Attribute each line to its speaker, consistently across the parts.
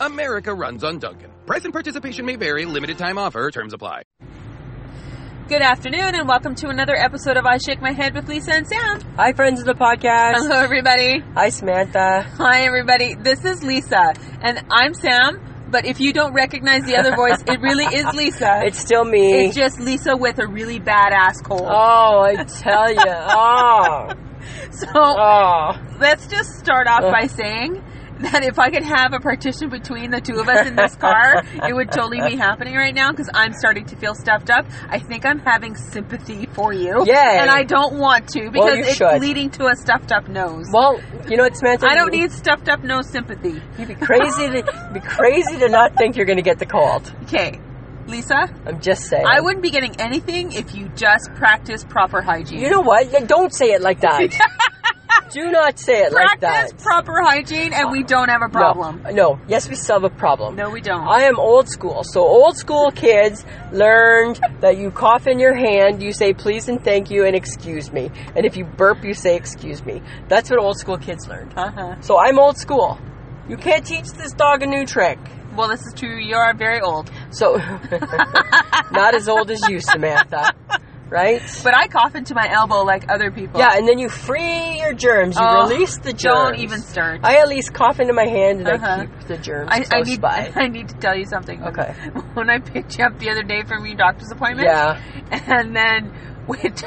Speaker 1: America runs on Dunkin'. Price and participation may vary. Limited time offer. Terms apply.
Speaker 2: Good afternoon, and welcome to another episode of I Shake My Head with Lisa and Sam.
Speaker 3: Hi, friends of the podcast.
Speaker 2: Hello, everybody.
Speaker 3: Hi, Samantha.
Speaker 2: Hi, everybody. This is Lisa, and I'm Sam. But if you don't recognize the other voice, it really is Lisa.
Speaker 3: It's still me.
Speaker 2: It's just Lisa with a really badass cold.
Speaker 3: oh, I tell you. Oh,
Speaker 2: So
Speaker 3: oh.
Speaker 2: let's just start off by saying that if I could have a partition between the two of us in this car, it would totally be happening right now because I'm starting to feel stuffed up. I think I'm having sympathy for you.
Speaker 3: Yay.
Speaker 2: And I don't want to because
Speaker 3: you
Speaker 2: it's
Speaker 3: should.
Speaker 2: leading to a stuffed up nose.
Speaker 3: Well, you know what, Samantha?
Speaker 2: I don't need stuffed up nose sympathy.
Speaker 3: You'd be crazy to you'd be crazy to not think you're going to get the cold.
Speaker 2: Okay, Lisa,
Speaker 3: I'm just saying.
Speaker 2: I wouldn't be getting anything if you just practice proper hygiene.
Speaker 3: You know what? Yeah, Don't say it like that. Do not say it like
Speaker 2: practice
Speaker 3: that.
Speaker 2: proper hygiene, and we don't have a problem.
Speaker 3: No. no. Yes, we still have a problem.
Speaker 2: No, we don't.
Speaker 3: I am old school. So old school kids learned that you cough in your hand, you say please and thank you and excuse me. And if you burp, you say excuse me. That's what old school kids learned.
Speaker 2: uh-huh.
Speaker 3: So I'm old school. You can't teach this dog a new trick.
Speaker 2: Well, this is true. You are very old,
Speaker 3: So not as old as you, Samantha. Right?
Speaker 2: but I cough into my elbow like other people.
Speaker 3: Yeah, and then you free your germs. You
Speaker 2: Oh,
Speaker 3: release the germs.
Speaker 2: don't even start.
Speaker 3: I at least cough into my hand and
Speaker 2: Uh-huh.
Speaker 3: I keep the germs
Speaker 2: I,
Speaker 3: close
Speaker 2: I need
Speaker 3: by.
Speaker 2: I need to tell you something.
Speaker 3: Okay.
Speaker 2: When I picked you up the other day from your doctor's appointment,
Speaker 3: Yeah.
Speaker 2: and then went,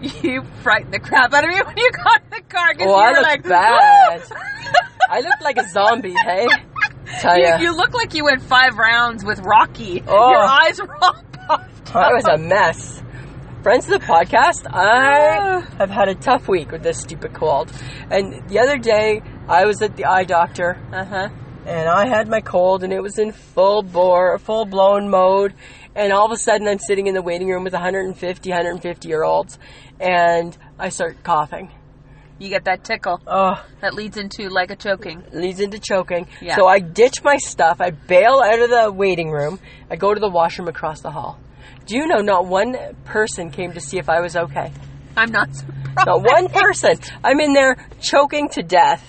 Speaker 2: you frightened the crap out of me when you got in the car because you
Speaker 3: Oh, I
Speaker 2: were
Speaker 3: looked
Speaker 2: like,
Speaker 3: bad.
Speaker 2: "Woo!"
Speaker 3: I look like a zombie, hey? Tell
Speaker 2: You,
Speaker 3: ya.
Speaker 2: you look like you went five rounds with Rocky.
Speaker 3: Oh.
Speaker 2: Your eyes were all puffed.
Speaker 3: I was a mess. Friends of the podcast, I have had a tough week with this stupid cold. And the other day, I was at the eye doctor
Speaker 2: Uh huh.
Speaker 3: and I had my cold and it was in full bore, full blown mode. And all of a sudden, I'm sitting in the waiting room with 150, 150 year olds and I start coughing.
Speaker 2: You get that tickle
Speaker 3: Oh,
Speaker 2: that leads into like a choking.
Speaker 3: leads into choking.
Speaker 2: Yeah.
Speaker 3: So I ditch my stuff. I bail out of the waiting room. I go to the washroom across the hall. Do you know not one person came to see if I was okay?
Speaker 2: I'm not surprised.
Speaker 3: Not one person. I'm in there choking to death.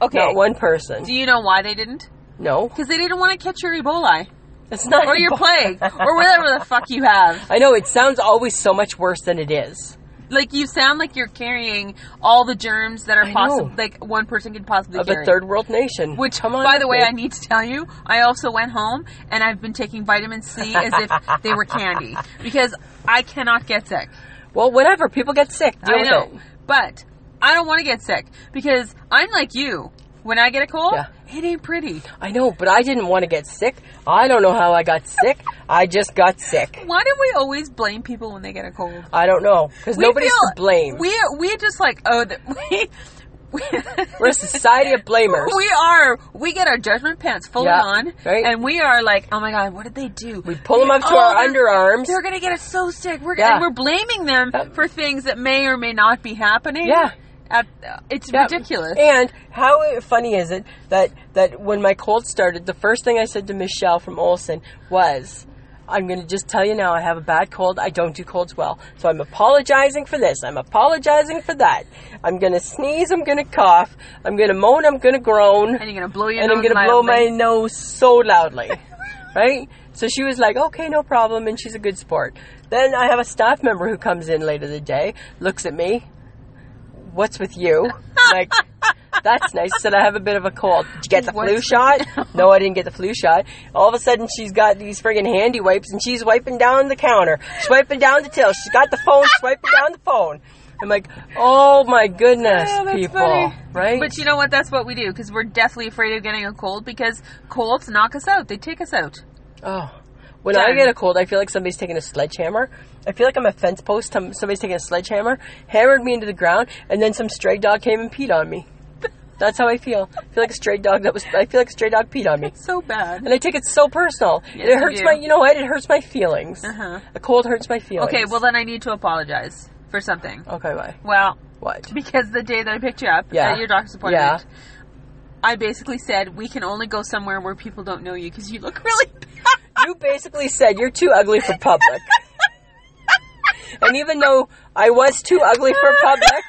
Speaker 2: Okay.
Speaker 3: Not one person.
Speaker 2: Do you know why they didn't?
Speaker 3: No,
Speaker 2: Because they didn't want to catch your Ebola
Speaker 3: it's not.
Speaker 2: or your
Speaker 3: Ebola.
Speaker 2: plague or whatever the fuck you have.
Speaker 3: I know it sounds always so much worse than it is.
Speaker 2: Like you sound like you're carrying all the germs that are
Speaker 3: I
Speaker 2: possible.
Speaker 3: know.
Speaker 2: Like one person could possibly
Speaker 3: Of
Speaker 2: carry.
Speaker 3: a third world nation.
Speaker 2: Which,
Speaker 3: Come on
Speaker 2: by the way,
Speaker 3: with
Speaker 2: I
Speaker 3: me.
Speaker 2: need to tell you, I also went home and I've been taking vitamin C as if they were candy because I cannot get sick.
Speaker 3: well, whatever. People get sick. Deal
Speaker 2: I
Speaker 3: with
Speaker 2: know,
Speaker 3: it.
Speaker 2: but I don't want to get sick because I'm like you. When I get a cold,
Speaker 3: Yeah.
Speaker 2: it ain't pretty.
Speaker 3: I know, but I didn't want to get sick. I don't know how I got sick. I just got sick.
Speaker 2: Why do we always blame people when they get a cold?
Speaker 3: I don't know because
Speaker 2: We
Speaker 3: nobody's
Speaker 2: feel-
Speaker 3: to blame.
Speaker 2: We we just like oh the, we. we-
Speaker 3: We're a society of blamers.
Speaker 2: We are. We get our judgment pants fully
Speaker 3: Yeah,
Speaker 2: on,
Speaker 3: right.
Speaker 2: and we are like, "Oh my god, what did they do?" Oh,
Speaker 3: We pull them up to our
Speaker 2: they're-
Speaker 3: underarms.
Speaker 2: They're gonna get us so sick. We're
Speaker 3: Yeah.
Speaker 2: and we're blaming them
Speaker 3: Yep.
Speaker 2: for things that may or may not be happening.
Speaker 3: Yeah.
Speaker 2: At, uh, it's
Speaker 3: Yeah.
Speaker 2: ridiculous.
Speaker 3: And how funny is it that that when my cold started, the first thing I said to Michelle from Olson was, "I'm going to just tell you now, I have a bad cold. I don't do colds well, so I'm apologizing for this. I'm apologizing for that. I'm going to sneeze. I'm going to cough. I'm going to moan. I'm going to groan,
Speaker 2: and you're gonna blow your
Speaker 3: and
Speaker 2: nose
Speaker 3: I'm going to blow my
Speaker 2: mildly.
Speaker 3: nose so loudly, right?" So she was like, okay, no problem, and she's a good sport. Then I have a staff member who comes in later the day, looks at me, what's with you? Like, that's nice. Said I have a bit of a cold. Did you get the
Speaker 2: What's
Speaker 3: flu
Speaker 2: with
Speaker 3: shot? No, I didn't get the flu shot. All of a sudden, she's got these friggin' handy wipes, and she's wiping down the counter, swiping down the till. She's got the phone, swiping down the phone. I'm like, oh my goodness,
Speaker 2: Yeah, that's
Speaker 3: people,
Speaker 2: funny.
Speaker 3: right?
Speaker 2: But you know what? That's what we do because we're deathly afraid of getting a cold because colds knock us out. They take us out.
Speaker 3: oh. When I
Speaker 2: Done.
Speaker 3: get a cold, I feel like somebody's taking a sledgehammer. I feel like I'm a fence post. Some- Somebody's taking a sledgehammer, hammered me into the ground, and then some stray dog came and peed on me. That's how I feel. I feel like a stray dog that was. I feel like a stray dog peed on me,
Speaker 2: It's so bad.
Speaker 3: and I take it so personal.
Speaker 2: Yes,
Speaker 3: it
Speaker 2: you
Speaker 3: hurts
Speaker 2: do.
Speaker 3: my. You know what? It hurts my feelings.
Speaker 2: Uh-huh.
Speaker 3: A cold hurts my feelings.
Speaker 2: Okay, well then I need to apologize for something.
Speaker 3: Okay. Why?
Speaker 2: Well,
Speaker 3: What?
Speaker 2: because the day that I picked you up
Speaker 3: Yeah.
Speaker 2: at your doctor's appointment, I basically said we can only go somewhere where people don't know you because you look really bad.
Speaker 3: You basically said you're too ugly for public. and even though I was too ugly for public,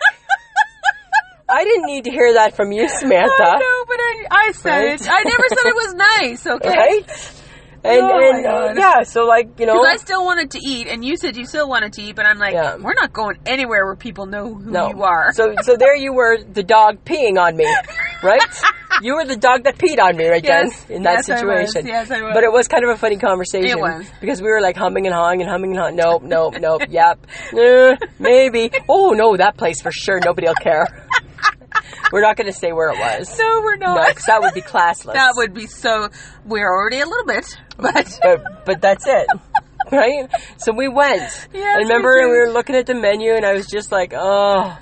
Speaker 3: I didn't need to hear that from you, Samantha.
Speaker 2: I know, but I, I said
Speaker 3: Right?
Speaker 2: it. I never said it was nice. Okay.
Speaker 3: right? And,
Speaker 2: Oh my
Speaker 3: and uh,
Speaker 2: God.
Speaker 3: yeah, so like you know,
Speaker 2: Because I still wanted to eat, and you said you still wanted to eat, but I'm like,
Speaker 3: Yeah.
Speaker 2: we're not going anywhere where people know who
Speaker 3: no,
Speaker 2: you are.
Speaker 3: So so there you were, the dog peeing on me, right? you were the dog that peed on me, right,
Speaker 2: Yes.
Speaker 3: Jen? In that
Speaker 2: Yes, I was.
Speaker 3: situation,
Speaker 2: Yes, I was.
Speaker 3: But it was kind of a funny conversation.
Speaker 2: It was.
Speaker 3: because we were like humming and hawing and humming and hawing. Nope, nope, nope. Yep, Eh, maybe. Oh no, that place for sure. Nobody will care. we're not going to say where it was.
Speaker 2: no, we're
Speaker 3: No,
Speaker 2: not.
Speaker 3: 'cause that would be classless.
Speaker 2: that would be so. We're already a little bit, but
Speaker 3: but but that's it. Right? So we went. I remember
Speaker 2: we did.
Speaker 3: we were looking at the menu and I was just like, oh,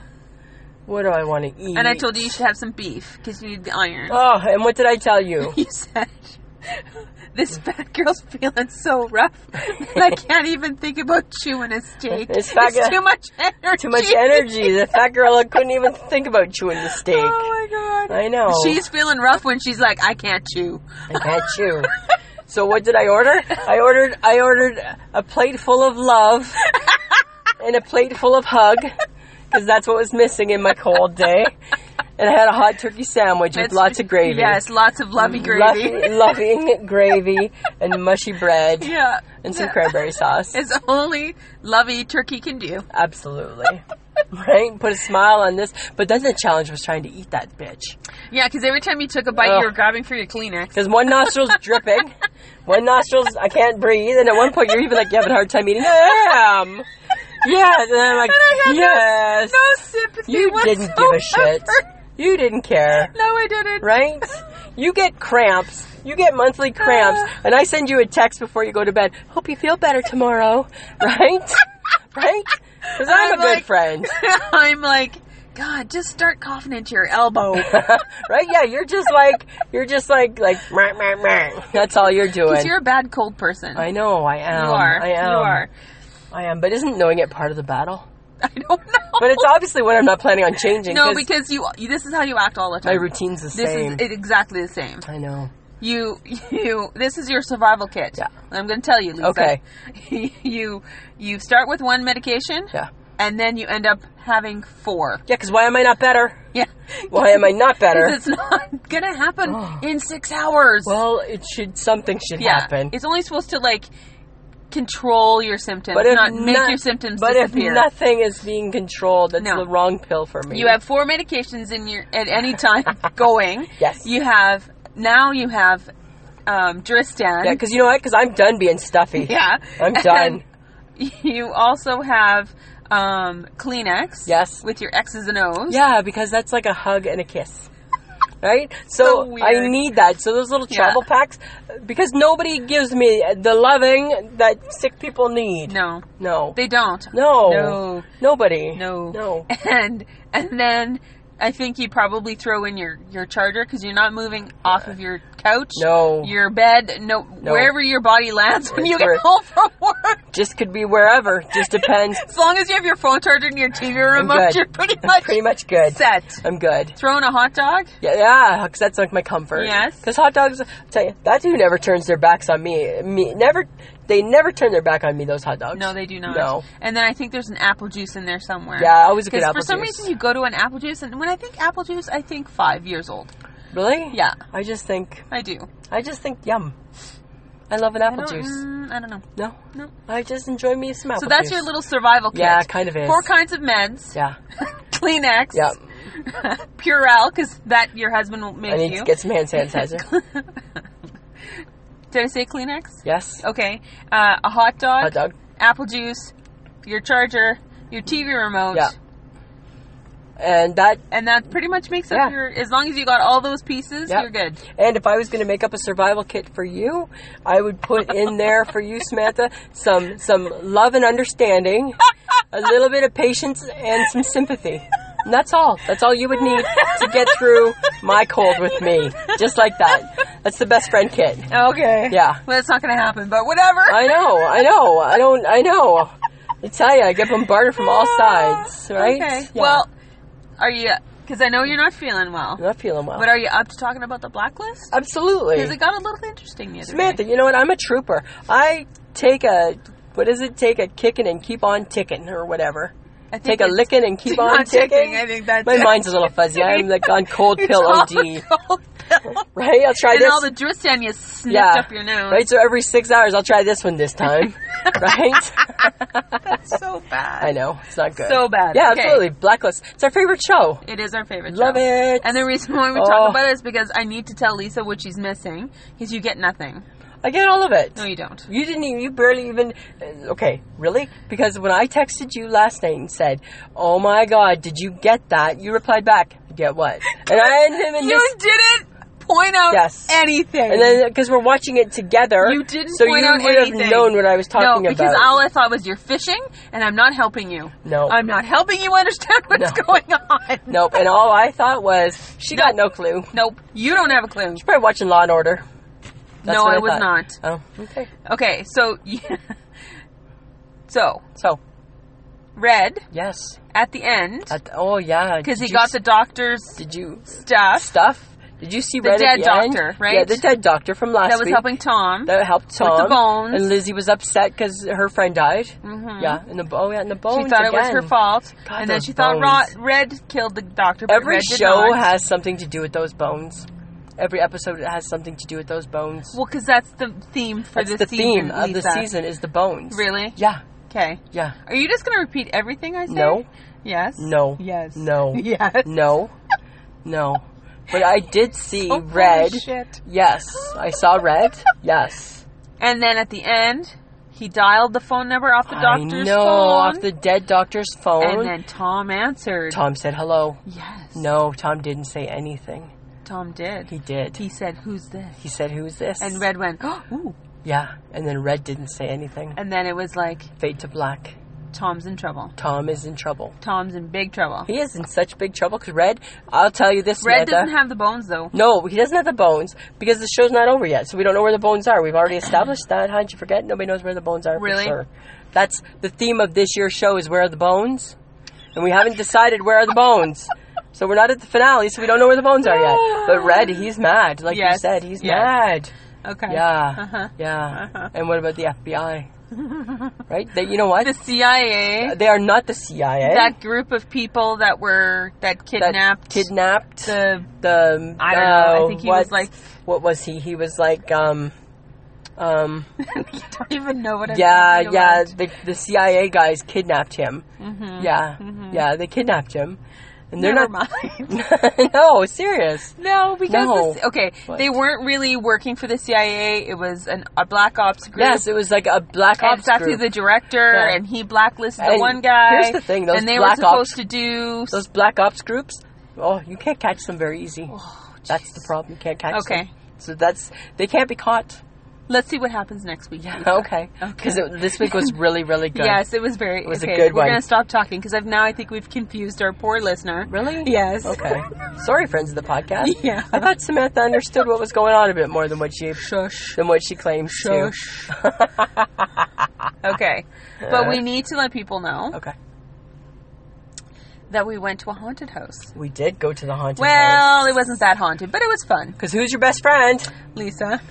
Speaker 3: what do I want to eat?
Speaker 2: and I told you you should have some beef because you need the iron.
Speaker 3: Oh, and what did I tell you?
Speaker 2: You said this fat girl's feeling so rough that I can't even think about chewing a steak.
Speaker 3: This fat
Speaker 2: it's
Speaker 3: girl-
Speaker 2: too much energy.
Speaker 3: Too much energy. The fat girl couldn't even think about chewing the steak.
Speaker 2: Oh my god.
Speaker 3: I know.
Speaker 2: She's feeling rough when she's like, I can't chew.
Speaker 3: I can't chew. So what did I order? I ordered I ordered a plate full of love and a plate full of hug because that's what was missing in my cold day. And I had a hot turkey sandwich with
Speaker 2: It's-
Speaker 3: lots of gravy.
Speaker 2: Yes, lots of lovey gravy.
Speaker 3: Loving, loving gravy and mushy bread
Speaker 2: yeah.
Speaker 3: and some cranberry sauce.
Speaker 2: It's only lovey turkey can do.
Speaker 3: Absolutely. Right? Put a smile on this. But then the challenge was trying to eat that bitch.
Speaker 2: Yeah, because every time you took a bite,
Speaker 3: Ugh.
Speaker 2: you were grabbing for your Kleenex.
Speaker 3: Because one nostril's dripping, one nostril's, I can't breathe. And at one point, you're even like, you having a hard time eating. I am. Yes. And I'm like,
Speaker 2: I had no-
Speaker 3: yes.
Speaker 2: No sympathy.
Speaker 3: you didn't give a shit.
Speaker 2: whatsoever.
Speaker 3: You didn't care.
Speaker 2: No, I didn't.
Speaker 3: right? You get cramps. You get monthly cramps.
Speaker 2: Ah.
Speaker 3: And I send you a text before you go to bed. Hope you feel better tomorrow. Right? right? Because
Speaker 2: I'm
Speaker 3: I'm, a good
Speaker 2: like-
Speaker 3: friend.
Speaker 2: I'm like, God, just start coughing into your elbow.
Speaker 3: right? Yeah, you're just like, you're just like, like, meh, meh, meh. that's all you're doing.
Speaker 2: Because you're a bad cold person.
Speaker 3: I know, I am.
Speaker 2: you are.
Speaker 3: I am.
Speaker 2: You are.
Speaker 3: I am. But isn't knowing it part of the battle?
Speaker 2: I don't know.
Speaker 3: But it's obviously what I'm not planning on changing.
Speaker 2: no, because you. This is how you act all the
Speaker 3: my
Speaker 2: time.
Speaker 3: routine's the
Speaker 2: This
Speaker 3: same.
Speaker 2: is it- exactly the same.
Speaker 3: I know.
Speaker 2: You, you. This is your survival kit.
Speaker 3: Yeah.
Speaker 2: I'm going to tell you, Lisa.
Speaker 3: Okay.
Speaker 2: you, you start with one medication,
Speaker 3: Yeah.
Speaker 2: and then you end up having four.
Speaker 3: Yeah, because why am I not better?
Speaker 2: Yeah.
Speaker 3: Why am I not better?
Speaker 2: Because it's not going to happen in six hours.
Speaker 3: Well, it should something should happen.
Speaker 2: It's only supposed to like control your symptoms,
Speaker 3: if
Speaker 2: not make
Speaker 3: no-
Speaker 2: your symptoms
Speaker 3: But
Speaker 2: disappear.
Speaker 3: if nothing is being controlled, that's
Speaker 2: No.
Speaker 3: the wrong pill for me.
Speaker 2: you have four medications in your at any time going.
Speaker 3: Yes.
Speaker 2: You have now you have um Dristan.
Speaker 3: yeah, because you know what? Because I'm done being stuffy.
Speaker 2: Yeah.
Speaker 3: I'm done.
Speaker 2: And you also have um Kleenex.
Speaker 3: Yes.
Speaker 2: With your X's and O's.
Speaker 3: yeah, because that's like a hug and a kiss. Right,
Speaker 2: So
Speaker 3: so, I
Speaker 2: weird.
Speaker 3: need that. So those little
Speaker 2: Yeah.
Speaker 3: travel packs, because nobody gives me the loving that sick people need.
Speaker 2: No.
Speaker 3: no,
Speaker 2: They don't.
Speaker 3: no,
Speaker 2: No.
Speaker 3: nobody,
Speaker 2: No.
Speaker 3: no.
Speaker 2: And and then I think you probably throw in your your charger because you're not moving off of your couch,
Speaker 3: No.
Speaker 2: your bed, no,
Speaker 3: No.
Speaker 2: wherever your body lands when
Speaker 3: It's
Speaker 2: you get
Speaker 3: where-
Speaker 2: home from work.
Speaker 3: Just could be wherever. Just depends.
Speaker 2: As long as you have your phone charger and your TV remote,
Speaker 3: good.
Speaker 2: you're pretty much
Speaker 3: Pretty much good.
Speaker 2: set.
Speaker 3: I'm good.
Speaker 2: Throw in a hot dog.
Speaker 3: Yeah, yeah, 'cause that's like my comfort.
Speaker 2: Yes.
Speaker 3: because hot dogs. I tell you, that dude never turns their backs on me. Me never. They never turn their back on me. Those hot dogs.
Speaker 2: No, they do not.
Speaker 3: No.
Speaker 2: And then I think there's an apple juice in there somewhere.
Speaker 3: Yeah, always a good
Speaker 2: Because
Speaker 3: apple
Speaker 2: for some
Speaker 3: juice.
Speaker 2: reason you go to an apple juice, and when I think apple juice, I think five years old.
Speaker 3: really.
Speaker 2: Yeah.
Speaker 3: I just think.
Speaker 2: I do.
Speaker 3: I just think yum. I love an
Speaker 2: I
Speaker 3: apple
Speaker 2: don't-
Speaker 3: juice.
Speaker 2: mm, I don't know.
Speaker 3: No.
Speaker 2: No.
Speaker 3: I just enjoy me some apple
Speaker 2: So that's
Speaker 3: juice.
Speaker 2: your little survival kit.
Speaker 3: Yeah, kind of is.
Speaker 2: Four kinds of meds.
Speaker 3: Yeah.
Speaker 2: Kleenex.
Speaker 3: Yeah.
Speaker 2: Purell, because that your husband will make
Speaker 3: I need
Speaker 2: you.
Speaker 3: to get some hand sanitizer.
Speaker 2: Did I say Kleenex?
Speaker 3: yes.
Speaker 2: Okay. Uh, a hot dog,
Speaker 3: Hot dog.
Speaker 2: apple juice, your charger, your TV remote.
Speaker 3: Yeah. And that.
Speaker 2: And that pretty much makes up
Speaker 3: Yeah.
Speaker 2: your. As long as you got all those pieces,
Speaker 3: Yeah.
Speaker 2: you're good.
Speaker 3: And if I was going to make up a survival kit for you, I would put in there for you, Samantha, some some love and understanding, a little bit of patience, and some sympathy. And that's all. That's all you would need to get through my cold with me. Just like that. That's the best friend kit.
Speaker 2: Okay.
Speaker 3: Yeah.
Speaker 2: Well, that's not going to happen, but whatever.
Speaker 3: I know, I know, I don't, I know. I tell you, I get bombarded from all sides, right?
Speaker 2: Ah, Okay.
Speaker 3: Yeah.
Speaker 2: Well, are you? Because I know you're not feeling well.
Speaker 3: I'm not feeling well.
Speaker 2: But are you up to talking about the blacklist?
Speaker 3: Absolutely.
Speaker 2: Because it got a little interesting the other
Speaker 3: Samantha,
Speaker 2: day.
Speaker 3: you know what? I'm a trooper. I take a, what is it? Take a kicking and keep on ticking or whatever.
Speaker 2: I
Speaker 3: Take
Speaker 2: think
Speaker 3: a
Speaker 2: it's-
Speaker 3: licking and keep
Speaker 2: Keep on
Speaker 3: on ticking.
Speaker 2: ticking. I think that's
Speaker 3: My
Speaker 2: it.
Speaker 3: mind's a little fuzzy. I'm like on cold
Speaker 2: It's
Speaker 3: pill
Speaker 2: all
Speaker 3: OD.
Speaker 2: cold pill.
Speaker 3: Right? I'll try
Speaker 2: and
Speaker 3: this.
Speaker 2: all the Dristan you sniffed
Speaker 3: yeah.
Speaker 2: up your nose.
Speaker 3: Right? So every six hours, I'll try this one this time. right?
Speaker 2: That's so bad.
Speaker 3: I know. It's not good.
Speaker 2: So bad.
Speaker 3: Yeah,
Speaker 2: Okay.
Speaker 3: absolutely. Blacklist. It's our favorite show.
Speaker 2: It is our favorite
Speaker 3: Love
Speaker 2: show.
Speaker 3: it.
Speaker 2: And the reason why we
Speaker 3: Oh.
Speaker 2: talk about it is because I need to tell Lisa what she's missing, because you get nothing.
Speaker 3: I get all of it.
Speaker 2: No, you don't.
Speaker 3: You didn't even, you barely even, uh, okay, really? Because when I texted you last night and said, oh my god, did you get that? You replied back, get what? And I hadn't even,
Speaker 2: You
Speaker 3: just-
Speaker 2: didn't point out
Speaker 3: Yes.
Speaker 2: anything.
Speaker 3: and then, because we're watching it together.
Speaker 2: You didn't
Speaker 3: So
Speaker 2: point
Speaker 3: you
Speaker 2: out
Speaker 3: would
Speaker 2: anything.
Speaker 3: have known what I was talking
Speaker 2: no, because
Speaker 3: about.
Speaker 2: all I thought was you're fishing, and I'm not helping you.
Speaker 3: No.
Speaker 2: I'm not helping you understand what's
Speaker 3: No.
Speaker 2: going on.
Speaker 3: nope, and all I thought was, she got no clue.
Speaker 2: Nope, you don't have a clue.
Speaker 3: She's probably watching Law and Order. That's
Speaker 2: no,
Speaker 3: what
Speaker 2: I,
Speaker 3: I
Speaker 2: was
Speaker 3: thought.
Speaker 2: not.
Speaker 3: Oh, okay.
Speaker 2: Okay, so yeah. so
Speaker 3: So,
Speaker 2: red
Speaker 3: yes.
Speaker 2: at the end
Speaker 3: That, oh yeah.
Speaker 2: because
Speaker 3: Did
Speaker 2: he
Speaker 3: you
Speaker 2: got
Speaker 3: s-
Speaker 2: the doctor's
Speaker 3: Did you,
Speaker 2: stuff
Speaker 3: stuff? Did you see
Speaker 2: The
Speaker 3: Red at
Speaker 2: dead
Speaker 3: the end?
Speaker 2: doctor, right?
Speaker 3: Yeah, the dead doctor from last
Speaker 2: that was
Speaker 3: week.
Speaker 2: helping Tom.
Speaker 3: that helped Tom.
Speaker 2: the bones.
Speaker 3: And Lizzie was upset because her friend died.
Speaker 2: Mhm.
Speaker 3: Yeah, and the oh yeah, and the
Speaker 2: she
Speaker 3: bones.
Speaker 2: thought it was
Speaker 3: again.
Speaker 2: her fault,
Speaker 3: God,
Speaker 2: and then
Speaker 3: those
Speaker 2: she thought
Speaker 3: bones.
Speaker 2: Ro- Red killed the doctor. But
Speaker 3: Every
Speaker 2: Red did
Speaker 3: show
Speaker 2: not.
Speaker 3: has something to do with those bones. Every episode has something to do with those bones.
Speaker 2: well, because that's the theme for this
Speaker 3: That's the
Speaker 2: season,
Speaker 3: theme of the
Speaker 2: Lisa.
Speaker 3: season is the bones.
Speaker 2: Really?
Speaker 3: Yeah,
Speaker 2: Okay.
Speaker 3: yeah.
Speaker 2: Are you just going to repeat everything I said?
Speaker 3: No.
Speaker 2: Yes.
Speaker 3: No.
Speaker 2: Yes.
Speaker 3: No.
Speaker 2: Yes.
Speaker 3: No, no. But I did see
Speaker 2: Oh, holy
Speaker 3: red.
Speaker 2: shit.
Speaker 3: Yes, I saw red. Yes,
Speaker 2: And then at the end, he dialed the phone number off the doctor's
Speaker 3: I know
Speaker 2: phone.
Speaker 3: off the dead doctor's phone.
Speaker 2: and then Tom answered.
Speaker 3: Tom said hello.
Speaker 2: Yes.
Speaker 3: No, Tom didn't say anything.
Speaker 2: Tom did.
Speaker 3: He did.
Speaker 2: He said, "Who's this?"
Speaker 3: He said, "Who's this?"
Speaker 2: And Red went, "Oh, ooh."
Speaker 3: Yeah, and then Red didn't say anything.
Speaker 2: And then it was like,
Speaker 3: Fade to black.
Speaker 2: "Tom's in trouble.
Speaker 3: Tom is in trouble.
Speaker 2: Tom's in big trouble."
Speaker 3: He is in such big trouble because Red. I'll tell you this,
Speaker 2: Red
Speaker 3: Samantha.
Speaker 2: doesn't have the bones though.
Speaker 3: no, he doesn't have the bones because the show's not over yet, so we don't know where the bones are. We've already established that. How'd you forget? Nobody knows where the bones are.
Speaker 2: Really?
Speaker 3: For sure. That's the theme of this year's show: is where are the bones? And we haven't decided where are the bones. So we're not at the finale, so we don't know where the bones are yet. But Red, he's mad. Like you
Speaker 2: Yes,
Speaker 3: said, he's
Speaker 2: yes.
Speaker 3: mad.
Speaker 2: Okay.
Speaker 3: Yeah.
Speaker 2: Uh-huh.
Speaker 3: Yeah.
Speaker 2: Uh-huh.
Speaker 3: And what about the FBI? right? They, you know what? Uh,
Speaker 2: The CIA,
Speaker 3: They are not the CIA.
Speaker 2: that group of people that were that
Speaker 3: That
Speaker 2: kidnapped
Speaker 3: kidnapped the. um,
Speaker 2: the I don't know. I think he
Speaker 3: what,
Speaker 2: was like-
Speaker 3: What was he? He was like. Um. Um.
Speaker 2: you don't even know what I'm
Speaker 3: Yeah.
Speaker 2: talking
Speaker 3: Yeah.
Speaker 2: about.
Speaker 3: The the CIA guys kidnapped him. Yeah. Yeah. They kidnapped him. And they're
Speaker 2: Mm-hmm. Never
Speaker 3: not.
Speaker 2: mind.
Speaker 3: no, serious.
Speaker 2: No, because
Speaker 3: No.
Speaker 2: the- okay,
Speaker 3: What?
Speaker 2: they weren't really working for the CIA. It was an, a black ops group.
Speaker 3: Yes, it was like a black
Speaker 2: And
Speaker 3: ops
Speaker 2: it's actually
Speaker 3: group.
Speaker 2: the director,
Speaker 3: Yeah.
Speaker 2: and he blacklisted the
Speaker 3: And
Speaker 2: one guy.
Speaker 3: here's the thing, those
Speaker 2: and they
Speaker 3: black
Speaker 2: were supposed
Speaker 3: ops-
Speaker 2: to do
Speaker 3: Those black ops groups. Oh, you can't catch them very easy. that's the problem. You can't catch them.
Speaker 2: Oh, Okay.
Speaker 3: So that's they can't be caught.
Speaker 2: Let's see what happens next week. Lisa.
Speaker 3: Okay. Because this week was really, really good.
Speaker 2: Yes, it was very.
Speaker 3: was a
Speaker 2: okay,
Speaker 3: good
Speaker 2: we're
Speaker 3: one.
Speaker 2: gonna stop talking because I've now I think we've confused our poor listener.
Speaker 3: Really?
Speaker 2: Yes.
Speaker 3: Okay. Sorry, friends of the podcast.
Speaker 2: Yeah.
Speaker 3: I thought Samantha understood what was going on a bit more than what she
Speaker 2: Shush.
Speaker 3: than what she claims to.
Speaker 2: Shush. okay, but we need to let people know
Speaker 3: Uh, Okay.
Speaker 2: that we went to a haunted house.
Speaker 3: We did go to the haunted house.
Speaker 2: Well, it wasn't that haunted, but it was fun,
Speaker 3: Because who's your best friend?
Speaker 2: Lisa,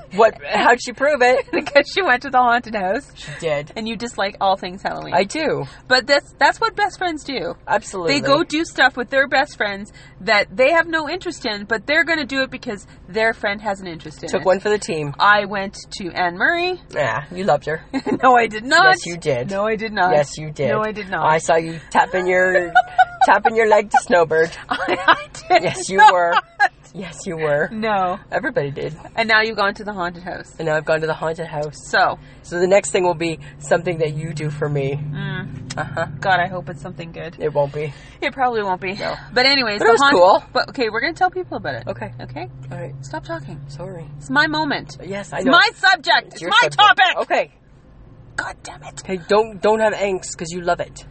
Speaker 3: What? How'd she prove it?
Speaker 2: because she went to the haunted house,
Speaker 3: She did.
Speaker 2: and you dislike all things Halloween.
Speaker 3: I do.
Speaker 2: but that's that's what best friends do.
Speaker 3: Absolutely.
Speaker 2: They go do stuff with their best friends that they have no interest in, but they're going to do it because their friend has an interest in
Speaker 3: Took
Speaker 2: it.
Speaker 3: one for the team.
Speaker 2: I went to Anne Murray.
Speaker 3: Yeah, you loved her.
Speaker 2: no, I did not.
Speaker 3: Yes, you did.
Speaker 2: No, I did not.
Speaker 3: Yes, you did.
Speaker 2: No, I did not.
Speaker 3: I saw you tapping your tapping your leg to Snowbird.
Speaker 2: I did.
Speaker 3: Yes, you
Speaker 2: not.
Speaker 3: were. Yes, you were.
Speaker 2: No.
Speaker 3: Everybody did.
Speaker 2: And now you've gone to the haunted house.
Speaker 3: And now I've gone to the haunted house.
Speaker 2: So,
Speaker 3: So the next thing will be something that you do for me.
Speaker 2: Mm.
Speaker 3: Uh huh.
Speaker 2: God, I hope it's something good.
Speaker 3: It won't be.
Speaker 2: It probably won't be. But anyways,
Speaker 3: But it
Speaker 2: the
Speaker 3: was
Speaker 2: haunt-
Speaker 3: cool.
Speaker 2: But okay, we're gonna tell people about it.
Speaker 3: Okay.
Speaker 2: Okay.
Speaker 3: All right.
Speaker 2: Stop talking.
Speaker 3: Sorry.
Speaker 2: It's my moment.
Speaker 3: Yes, I
Speaker 2: It's
Speaker 3: know.
Speaker 2: my subject. It's,
Speaker 3: your
Speaker 2: my
Speaker 3: subject.
Speaker 2: topic.
Speaker 3: Okay.
Speaker 2: God damn it.
Speaker 3: Hey, don't don't have angst because you love it.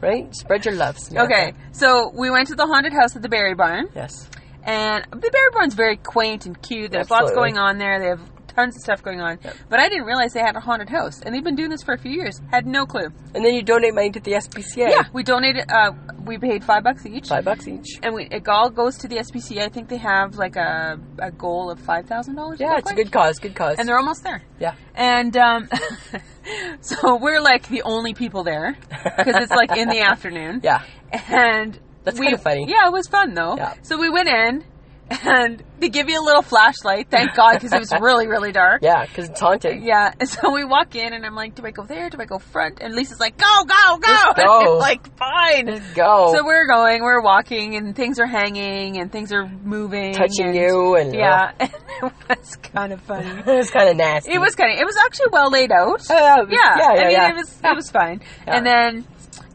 Speaker 3: right? Spread your loves. America.
Speaker 2: Okay, so we went to the haunted house at the Berry Barn,
Speaker 3: Yes.
Speaker 2: and the Berry Barn's very quaint and cute. There's lots
Speaker 3: Absolutely.
Speaker 2: going on there. They have tons of stuff going on. But I didn't realize they had a haunted house, and they've been doing this for a few years. Had no clue.
Speaker 3: And then you donate money to the SPCA.
Speaker 2: Yeah, we donated. Uh, we paid five bucks each.
Speaker 3: Five bucks each.
Speaker 2: And we, it all goes to the SPCA. I think they have like a, a goal of five thousand dollars.
Speaker 3: Yeah, it's a good cause. Good cause.
Speaker 2: And they're almost there.
Speaker 3: yeah.
Speaker 2: And um, so we're like the only people there because it's like in the afternoon.
Speaker 3: Yeah.
Speaker 2: And
Speaker 3: That's
Speaker 2: we-
Speaker 3: kinda funny.
Speaker 2: Yeah, it was fun though.
Speaker 3: Yeah.
Speaker 2: So we went in and they give you a little flashlight. Thank God because it was really really dark.
Speaker 3: Yeah, because it's haunted.
Speaker 2: Yeah, and so we walk in, and I'm like, "Do I go there? Do I go front?" And Lisa's like, "Go, go, go!"
Speaker 3: Just go. Oh.
Speaker 2: And I'm like, "Fine."
Speaker 3: Just go.
Speaker 2: So we're going, we're walking, and things are hanging, and things are moving,
Speaker 3: Touching
Speaker 2: and-
Speaker 3: you and
Speaker 2: Yeah, and it was kind of funny.
Speaker 3: Ugh. it was kind of nasty.
Speaker 2: It was kind of. It was actually well laid out.
Speaker 3: Uh,
Speaker 2: yeah,
Speaker 3: yeah,
Speaker 2: I mean,
Speaker 3: yeah.
Speaker 2: it was it was fine.
Speaker 3: Yeah.
Speaker 2: And then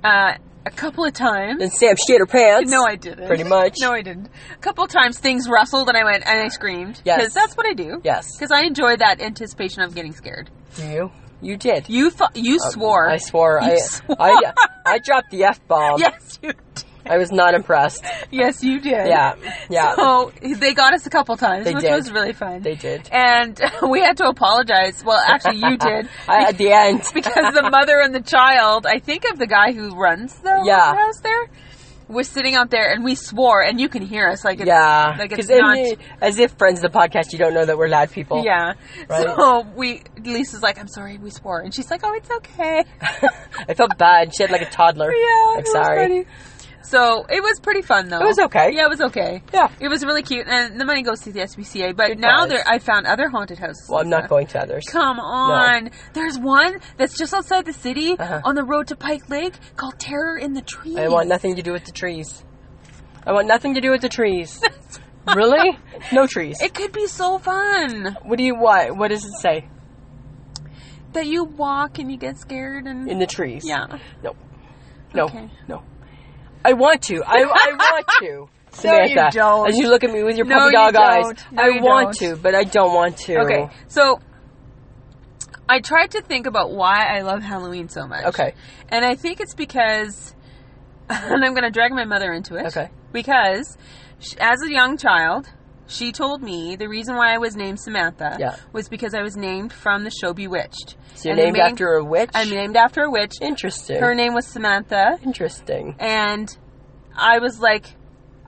Speaker 2: uh, a couple of times.
Speaker 3: Then Sam shit her pants.
Speaker 2: No, I didn't.
Speaker 3: Pretty much.
Speaker 2: No, I didn't. A couple of times things rustled, and I went and I screamed
Speaker 3: Yes.
Speaker 2: because that's what I do.
Speaker 3: Yes.
Speaker 2: Because I enjoy that anticipation of getting scared.
Speaker 3: Do you? You did.
Speaker 2: You fu- you swore.
Speaker 3: Um, I swore.
Speaker 2: You
Speaker 3: I,
Speaker 2: swore.
Speaker 3: I I dropped the f bomb.
Speaker 2: Yes, you. Did.
Speaker 3: I was not impressed.
Speaker 2: Yes, you did.
Speaker 3: Yeah, yeah.
Speaker 2: So they got us a couple times,
Speaker 3: They
Speaker 2: which
Speaker 3: did.
Speaker 2: was really fun.
Speaker 3: They did.
Speaker 2: And we had to apologize. Well, actually, you did.
Speaker 3: I, at the end.
Speaker 2: because the mother and the child, I think of the guy who runs the
Speaker 3: Yeah.
Speaker 2: haunted house there, was sitting out there, and we swore, and you can hear us like it's,
Speaker 3: yeah,
Speaker 2: like it's
Speaker 3: 'Cause in
Speaker 2: not.
Speaker 3: the- as if friends of the podcast. You don't know that we're loud people.
Speaker 2: Yeah.
Speaker 3: Right.
Speaker 2: So we, Lisa's like, I'm sorry, we swore. And she's like, oh, it's okay.
Speaker 3: I felt bad. She had like a toddler.
Speaker 2: Yeah.
Speaker 3: like,
Speaker 2: it was
Speaker 3: sorry.
Speaker 2: funny. So it was pretty fun though.
Speaker 3: It was okay.
Speaker 2: Yeah, it was okay.
Speaker 3: Yeah.
Speaker 2: It was really cute, and the money goes to the SPCA. But
Speaker 3: Good
Speaker 2: now
Speaker 3: cause.
Speaker 2: there, I found other haunted houses.
Speaker 3: Well, I'm
Speaker 2: and
Speaker 3: not
Speaker 2: stuff.
Speaker 3: going to others.
Speaker 2: Come on. There's one that's just outside the city
Speaker 3: Uh-huh.
Speaker 2: on the road to Pike Lake called Terror in the Trees.
Speaker 3: I want nothing to do with the trees. I want nothing to do with the trees. really? No trees.
Speaker 2: It could be so fun
Speaker 3: what do you what? What does it say
Speaker 2: that you walk and you get scared and
Speaker 3: in the trees?
Speaker 2: yeah.
Speaker 3: No. No.
Speaker 2: Okay.
Speaker 3: No. I want to. I, I want to.
Speaker 2: you don't.
Speaker 3: As you look at me with your
Speaker 2: No,
Speaker 3: puppy
Speaker 2: you
Speaker 3: dog eyes,
Speaker 2: don't. No,
Speaker 3: I
Speaker 2: you
Speaker 3: want
Speaker 2: don't.
Speaker 3: to, but I don't want to.
Speaker 2: Okay, so I tried to think about why I love Halloween so much.
Speaker 3: Okay.
Speaker 2: And I think it's because, and I'm going to drag my mother into it.
Speaker 3: Okay.
Speaker 2: Because sh as a young child, she told me the reason why I was named Samantha
Speaker 3: Yeah.
Speaker 2: was because I was named from the show Bewitched.
Speaker 3: So you're
Speaker 2: And the
Speaker 3: named
Speaker 2: main-
Speaker 3: after a witch.
Speaker 2: I'm named after a witch.
Speaker 3: interesting.
Speaker 2: Her name was Samantha,
Speaker 3: interesting.
Speaker 2: and I was like,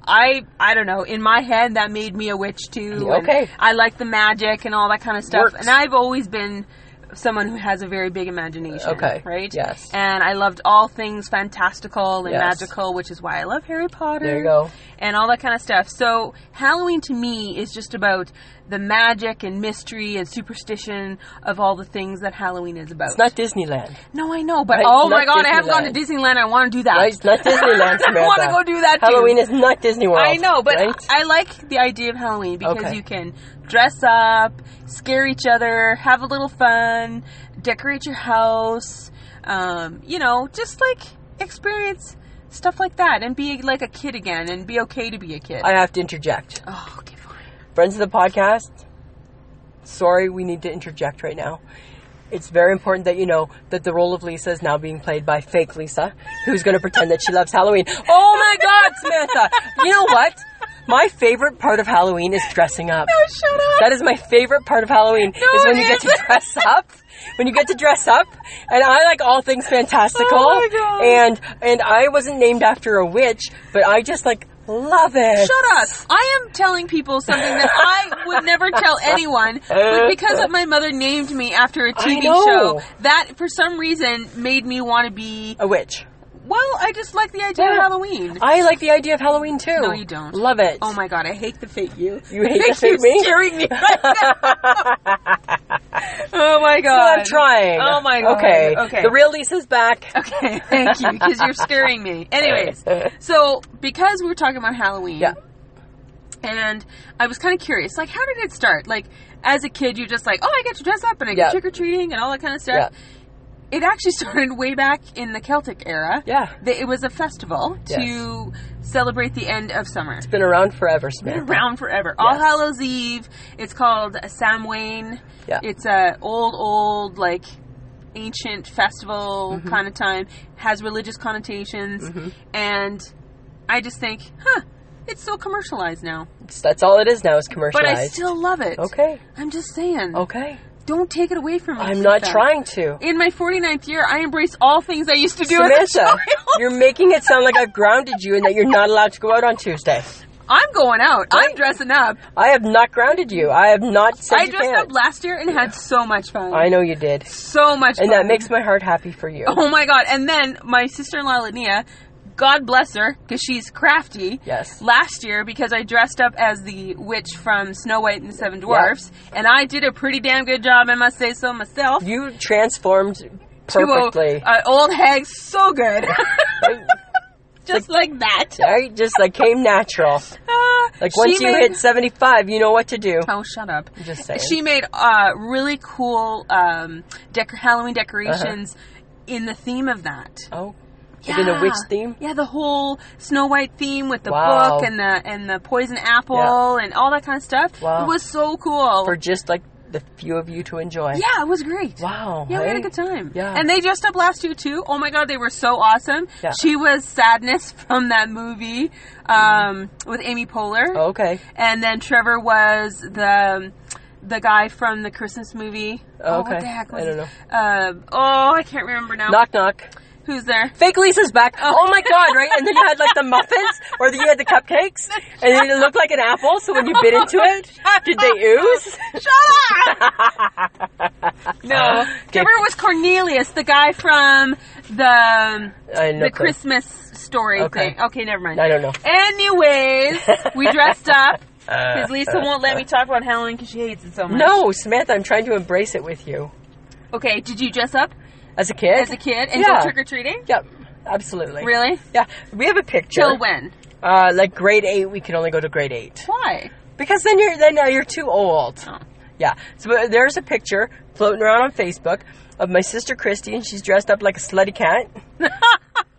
Speaker 2: I I don't know. In my head, that made me a witch too. and
Speaker 3: Okay.
Speaker 2: I like the magic and all that kind of stuff.
Speaker 3: Works.
Speaker 2: And I've always been someone who has a very big imagination.
Speaker 3: Okay.
Speaker 2: Right.
Speaker 3: Yes.
Speaker 2: And I loved all things fantastical and
Speaker 3: Yes.
Speaker 2: magical, which is why I love Harry Potter.
Speaker 3: There you go.
Speaker 2: And all that kind of stuff. So Halloween to me is just about the magic and mystery and superstition of all the things that Halloween is about.
Speaker 3: It's not Disneyland.
Speaker 2: No, I know, but
Speaker 3: Right,
Speaker 2: oh
Speaker 3: it's
Speaker 2: my
Speaker 3: not
Speaker 2: god, I haven't gone to Disneyland. I want to do that.
Speaker 3: Right? It's not Disneyland.
Speaker 2: I want to
Speaker 3: Samantha.
Speaker 2: go do that.
Speaker 3: Halloween
Speaker 2: too.
Speaker 3: is not Disney World.
Speaker 2: I know, but
Speaker 3: right?
Speaker 2: I like the idea of Halloween because
Speaker 3: Okay.
Speaker 2: you can dress up, scare each other, have a little fun, decorate your house. Um, you know, just like experience stuff like that and be like a kid again and be okay to be a kid.
Speaker 3: I have to interject.
Speaker 2: oh, okay, fine.
Speaker 3: Friends of the podcast, sorry, we need to interject right now. It's very important that you know that the role of Lisa is now being played by fake Lisa, who's going to pretend that she loves Halloween. Oh my God, Samantha! You know what? My favorite part of Halloween is dressing up.
Speaker 2: Oh, shut up.
Speaker 3: That is my favorite part of Halloween is when
Speaker 2: it
Speaker 3: you get to
Speaker 2: isn't.
Speaker 3: dress up. When you get to dress up, and I like all things fantastical.
Speaker 2: Oh my God.
Speaker 3: And and I wasn't named after a witch, but I just like love it.
Speaker 2: Shut up! I am telling people something that I would never tell anyone, but because of my mother named me after a TV
Speaker 3: know.
Speaker 2: show, that for some reason made me want to be.
Speaker 3: a witch.
Speaker 2: Well, I just like the idea of
Speaker 3: Yeah.
Speaker 2: Halloween.
Speaker 3: I like the idea of Halloween too.
Speaker 2: No, you don't.
Speaker 3: Love it.
Speaker 2: Oh my god, I hate the fake you.
Speaker 3: You hate
Speaker 2: Fake
Speaker 3: the fake
Speaker 2: you's
Speaker 3: me?
Speaker 2: Scaring me. right now. oh my god.
Speaker 3: Well, I'm trying.
Speaker 2: Oh my God.
Speaker 3: Okay.
Speaker 2: Okay.
Speaker 3: The real Lisa's back.
Speaker 2: Okay, thank you because you're scaring me. Anyways, so because we were talking about Halloween,
Speaker 3: Yeah.
Speaker 2: and I was kind of curious, like, how did it start? Like, as a kid, you're just like, oh, I get to dress up and I get
Speaker 3: Yeah.
Speaker 2: trick or treating and all that kind of
Speaker 3: Yeah.
Speaker 2: stuff. It actually started way back in the Celtic era.
Speaker 3: Yeah.
Speaker 2: Th- it was a festival to celebrate the end of summer.
Speaker 3: It's been around forever, Smith.
Speaker 2: Been around forever. All
Speaker 3: Yes.
Speaker 2: Hallows Eve. It's called Samhain.
Speaker 3: Yeah.
Speaker 2: It's a old, old like ancient festival
Speaker 3: Mm-hmm.
Speaker 2: kind of time, has religious connotations, and I just think, huh, it's so commercialized now.
Speaker 3: It's- That's all it is now is commercialized.
Speaker 2: But I still love it.
Speaker 3: Okay.
Speaker 2: I'm just saying.
Speaker 3: Okay.
Speaker 2: Don't take it away from me.
Speaker 3: I'm not
Speaker 2: Samantha.
Speaker 3: trying to.
Speaker 2: In my 49th year, I embrace all things I used to do as a
Speaker 3: Samantha,
Speaker 2: child.
Speaker 3: you're making it sound like I've grounded you and that you're not allowed to go out on Tuesday.
Speaker 2: I'm going out. I'm dressing up.
Speaker 3: I have not grounded you. I have not said
Speaker 2: I
Speaker 3: you
Speaker 2: dressed
Speaker 3: can't.
Speaker 2: up last year and had so much fun.
Speaker 3: I know you did.
Speaker 2: so much fun.
Speaker 3: And that makes my heart happy for you.
Speaker 2: Oh my god! And then my sister-in-law Linnea, God bless her, because she's crafty.
Speaker 3: Yes.
Speaker 2: Last year, because I dressed up as the witch from Snow White and the Seven Dwarfs, and I did a pretty damn good job, I must say so myself.
Speaker 3: You transformed
Speaker 2: to a-
Speaker 3: perfectly.
Speaker 2: a old hag, so good, just like, that.
Speaker 3: I just like came natural.
Speaker 2: Ah,
Speaker 3: Like
Speaker 2: she
Speaker 3: once you
Speaker 2: made-
Speaker 3: hit 75, you know what to do.
Speaker 2: Oh, shut up.
Speaker 3: Just saying.
Speaker 2: She made uh, really cool um, decor- Halloween decorations
Speaker 3: Uh-huh.
Speaker 2: in the theme of that.
Speaker 3: Oh, like in a witch theme.
Speaker 2: Yeah, the whole Snow White theme with the
Speaker 3: Wow.
Speaker 2: book and the and the poison apple and all that kind of stuff.
Speaker 3: Wow.
Speaker 2: It was so cool.
Speaker 3: for just like the few of you to enjoy.
Speaker 2: yeah, it was great.
Speaker 3: Wow.
Speaker 2: Yeah, we had a
Speaker 3: hey?
Speaker 2: good time.
Speaker 3: Yeah.
Speaker 2: And they dressed up last year too. Oh my god, they were so awesome.
Speaker 3: Yeah.
Speaker 2: She was Sadness from that movie um, with Amy Poehler.
Speaker 3: okay.
Speaker 2: And then Trevor was the the guy from the Christmas movie. Oh,
Speaker 3: Okay.
Speaker 2: what the heck was
Speaker 3: I don't
Speaker 2: his- Uh, oh, I can't remember now.
Speaker 3: Knock knock.
Speaker 2: Who's there?
Speaker 3: Fake Lisa's back. Oh. my god, right? And then you had like the muffins, or then you had the cupcakes, and then it looked like an apple. So when you bit into it, did they ooze?
Speaker 2: Oh, Shut up!
Speaker 3: Uh,
Speaker 2: no. Trevor was Cornelius, the guy from the
Speaker 3: I know.
Speaker 2: the Christmas story
Speaker 3: Okay.
Speaker 2: thing. Okay, never mind.
Speaker 3: I don't know.
Speaker 2: Anyways, we dressed up. Because Lisa won't let me talk about Halloween because she hates it so much.
Speaker 3: No, Samantha, I'm trying to embrace it with you.
Speaker 2: Okay, did you dress up
Speaker 3: As a kid.
Speaker 2: as a kid and
Speaker 3: Yeah.
Speaker 2: go trick or treating?
Speaker 3: Yep. Absolutely.
Speaker 2: Really?
Speaker 3: Yeah. We have a picture.
Speaker 2: Till when?
Speaker 3: Uh, like grade eight, we can only go to grade eight
Speaker 2: Why?
Speaker 3: because then you're then uh, you're too old.
Speaker 2: Oh.
Speaker 3: Yeah. So uh, there's a picture floating around on Facebook of my sister Christy, and she's dressed up like a slutty cat.